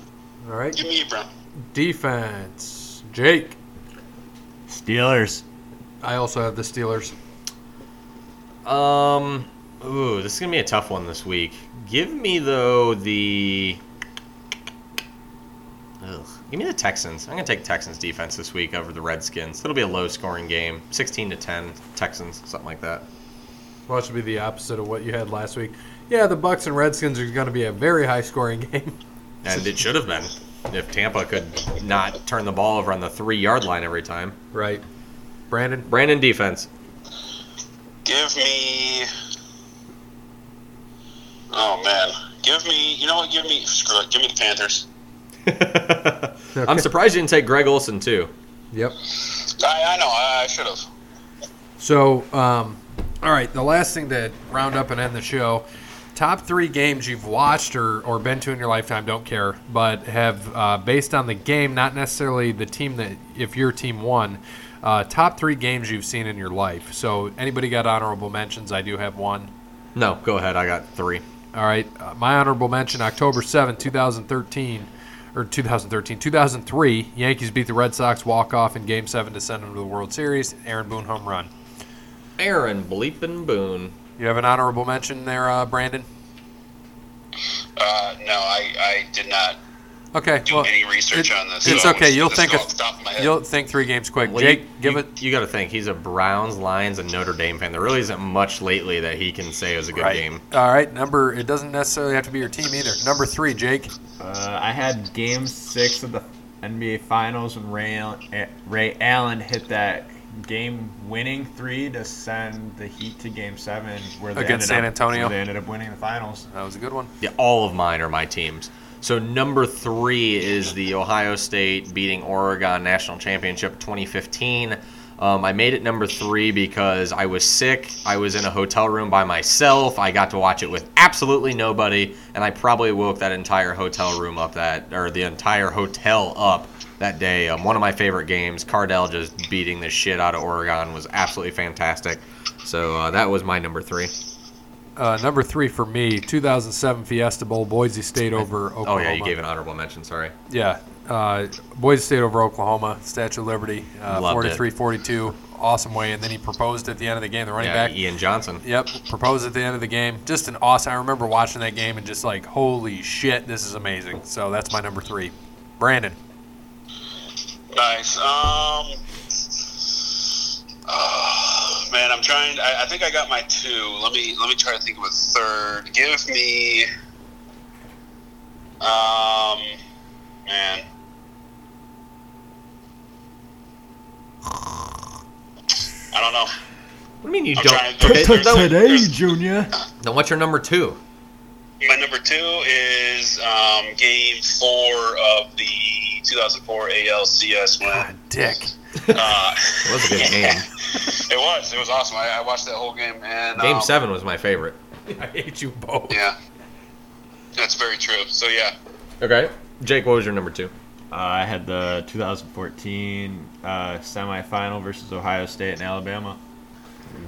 All right.
give me Ebron.
Defense. Jake.
Steelers.
I also have the Steelers.
Um, ooh, this is gonna be a tough one this week. Give me though the. Ugh. Give me the Texans. I'm gonna take Texans defense this week over the Redskins. It'll be a low-scoring game, 16 to 10 Texans, something like that.
Well, that should be the opposite of what you had last week. Yeah, the Bucks and Redskins are going to be a very high scoring <laughs> game.
And it should have been if Tampa could not turn the ball over on the three-yard line every time.
Right. Brandon?
Brandon defense. <laughs>
Give me. Oh man, give me. You know what? Give me. Screw it. Give me the Panthers.
I'm surprised you didn't take Greg Olson too.
Yep.
I, I know. I, I should have.
So, um, all right, the last thing to round up and end the show Top three games you've watched or, or been to in your lifetime, don't care, but have uh, based on the game, not necessarily the team that if your team won. Uh, top three games you've seen in your life. So anybody got honorable mentions? I do have one.
No, go ahead. I got three.
All right. Uh, my honorable mention October seventh, two 2013, or 2013, 2003, Yankees beat the Red Sox walk off in game seven to send them to the World Series. Aaron Boone home run.
Aaron Bleepin Boone.
You have an honorable mention there, uh, Brandon?
Uh, no, I, I did not
Okay.
do
Well,
any research
it-
on this.
it's
so
okay. You'll
this
think
is
of-
off the top of my head.
you'll think three games quick.
Well,
Jake,
you,
give
you-
it.
You got to think he's a Browns, Lions, and Notre Dame fan. There really isn't much lately that he can say was a good
Right.
game.
All right. Number. It doesn't necessarily have to be your team either. Number three, Jake.
Uh, I had Game Six of the NBA Finals when Ray Allen, Ray Allen hit that game-winning three to send the Heat to Game Seven, where they
Against
ended
San
up-
Antonio.
where they ended up winning the finals.
That was a good one.
Yeah, all of mine are my teams. So number three is the Ohio State beating Oregon national championship 2015. Um, I made it number three because I was sick. I was in a hotel room by myself. I got to watch it with absolutely nobody, and I probably woke that entire hotel room up that, or the entire hotel up that day. Um, one of my favorite games. Cardell just beating the shit out of Oregon was absolutely fantastic. So uh, that was my number three.
Uh, number three for me, 2007 Fiesta Bowl, Boise State over Oklahoma.
Oh yeah, you gave an honorable mention. Sorry.
Yeah. Uh, Boise State over Oklahoma, Statue of Liberty, uh,
Loved it.
43 42. Awesome way. And then he proposed at the end of the game, the running
Yeah,
back.
Ian Johnson.
Yep, proposed at the end of the game. Just an awesome. I remember watching that game and just like, holy shit, this is amazing. So that's my number three. Brandon.
Nice. Um, ah, man, I'm trying. I, I think I got my two. Let me let me try to think of a third. Give me. Um, man. I don't know.
What do you mean you
I'm trying
don't?
to-
Okay,
There's-
then-
there's-
Junior.
Then what's your number two?
My number two is um, game four of the 2004 ALCS win.
God, dick.
Uh,
That was a good game.
it was. It was awesome. I, I watched that whole game. And
Game
um,
seven was my favorite.
<laughs> I hate you both.
Yeah, that's very true. So yeah,
Okay. Jake, what was your number two?
Uh, I had the 2014 uh, semifinal versus Ohio State and Alabama.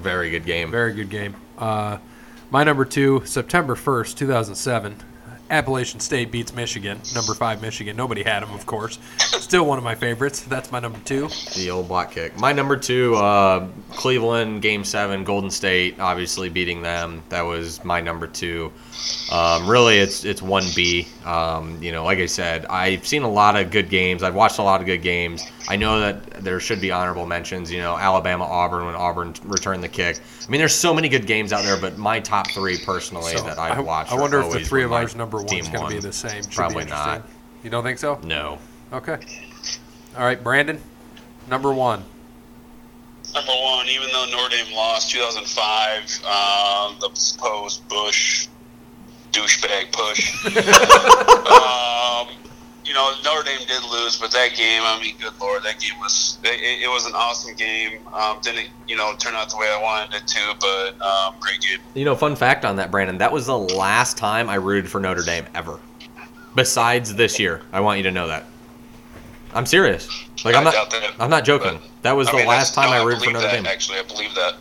Very good game.
Very good game. Uh, my number two, September 1st, 2007. Appalachian State beats Michigan. Number five, Michigan. Nobody had them, of course. Still one of my favorites. That's my number two.
The old block kick. My number two, uh, Cleveland, game seven, Golden State, obviously beating them. That was my number two. Um, really, it's it's 1B. Um, you know, like I said, I've seen a lot of good games. I've watched a lot of good games. I know that there should be honorable mentions, you know, Alabama, Auburn, when Auburn returned the kick. I mean, there's so many good games out there, but my top three personally
So
that I've
I-
watched.
I
are
wonder if the
always
three
when
of
my
ours number one
team
is going to be
won.
the same. Should
Probably
be interesting.
not.
You don't think so?
No.
Okay. All right, Brandon. Number one.
number one. Even though Notre Dame lost 2005, uh, the post Bush
<laughs>
douchebag push. um, you know Notre Dame did lose, but that game. I mean, good lord, that game was. It, it was an awesome game. Um, didn't you know turn out the way I wanted it to, but um, great game.
You know, fun fact on that, Brandon. That was the last time I rooted for Notre Dame ever. Besides this year, I want you to know that. I'm serious. Like I'm
I doubt
not.
that.
I'm not joking. That was
I
the
mean,
last
that's-
time
no,
I rooted for
believe
Notre
that,
Dame.
Actually, I believe that.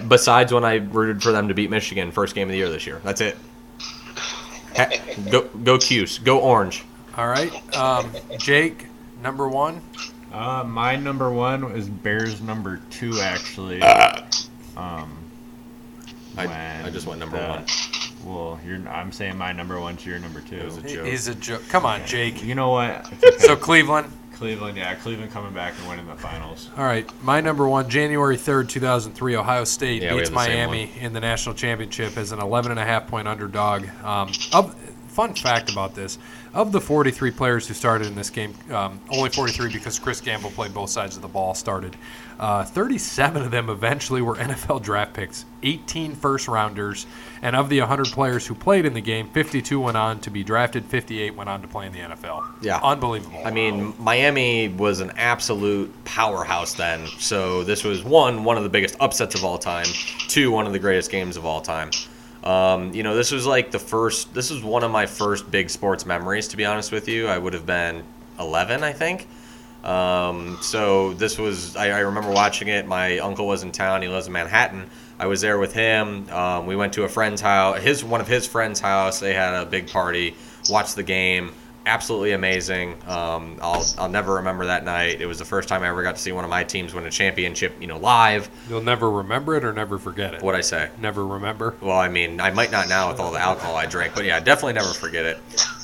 The- Besides when I rooted for them to beat Michigan first game of the year this year. That's it. Ha- go go Cuse. Go Orange.
All right. Um, Jake, number one.
Uh, my number one was Bears number two, actually. um,
I,
when
Uh, I just went number
the-
one.
Well, you're, I'm saying my number one's your number
was
two.
a- Joke.
He's a joke. Come on,
<laughs>
Jake.
You know what? It's okay.
So Cleveland.
Cleveland, yeah, Cleveland coming back and winning the finals.
All right. My number one, January 3rd, 2003, Ohio State
Yeah, we
beats
had the same
Miami in the national championship as an 11 and a half point underdog. Um, of, fun fact about this of the 43 players who started in this game, um, only 43 because Chris Gamble played both sides of the ball started. Uh, 37 of them eventually were <laughs> NFL draft picks, 18 first rounders, and of the 100 players who played in the game, 52 went on to be drafted, 58 went on to play in the NFL.
Yeah.
Unbelievable.
I mean, Miami was an absolute powerhouse then. So this was one, one of the biggest upsets of all time. Two, one of the greatest games of all time. Um, you know, this was like the first. This was one of my first big sports memories. To be honest with you, I would have been 11, I think. Um, so this was. I, I remember watching it. My uncle was in town. He lives in Manhattan. I was there with him. Um, we went to a friend's house. His one of his friends' house. They had a big party. Watched the game. Absolutely amazing. Um, I'll I'll never remember that night. It was the first time I ever got to see one of my teams win a championship. You know, live.
You'll never remember it or never forget it.
What I say.
Never remember.
Well, I mean, I might not now with all the alcohol I drink, but yeah, definitely never forget it.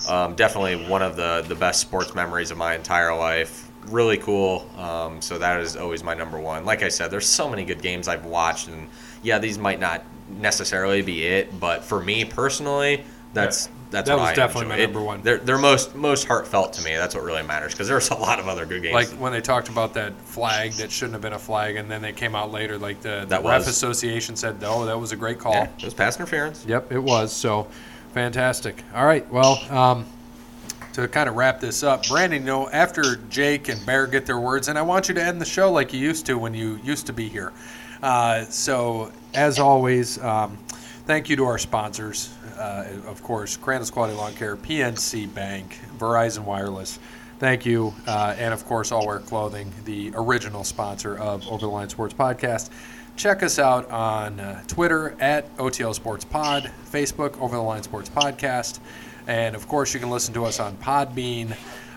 Um, definitely one of the, the best sports memories of my entire life. Really cool. Um, so that is always my number one. Like I said, there's so many good games I've watched, and yeah, these might not necessarily be it, but for me personally, that's that's
That
what
was
I
definitely
enjoy.
my
It-
number one.
They're, they're most most heartfelt to me. That's what really matters because there's <laughs> a lot of other good games.
Like when they talked about that flag that shouldn't have been a flag, and then they came out later, like the, the
That
ref
was.
association said, "Oh, that was a great call."
yeah, it was pass interference.
Yep, it was. So fantastic. All right. Well, um, to kind of wrap this up, Brandon, you know, after Jake and Bear get their words, and I want you to end the show like you used to when you used to be here. Uh, so, as always, um, thank you to our sponsors, uh, of course, Crandall's Quality Lawn Care, PNC Bank, Verizon Wireless. Thank you, uh, and of course, All Wear Clothing, the original sponsor of Over the Line Sports Podcast. Check us out on uh, Twitter at OTL Sports Pod, Facebook Over the Line Sports Podcast, and of course, you can listen to us on Podbean,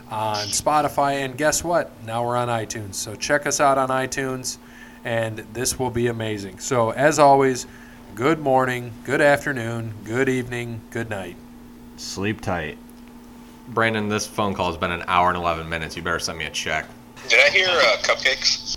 on Spotify, and guess what? Now we're on iTunes. So check us out on iTunes, and this will be amazing. So, as always, good morning, good afternoon, good evening, good night.
Sleep tight.
Brandon, this phone call has been an hour and 11 minutes. You better send me a check.
Did I hear uh, cupcakes?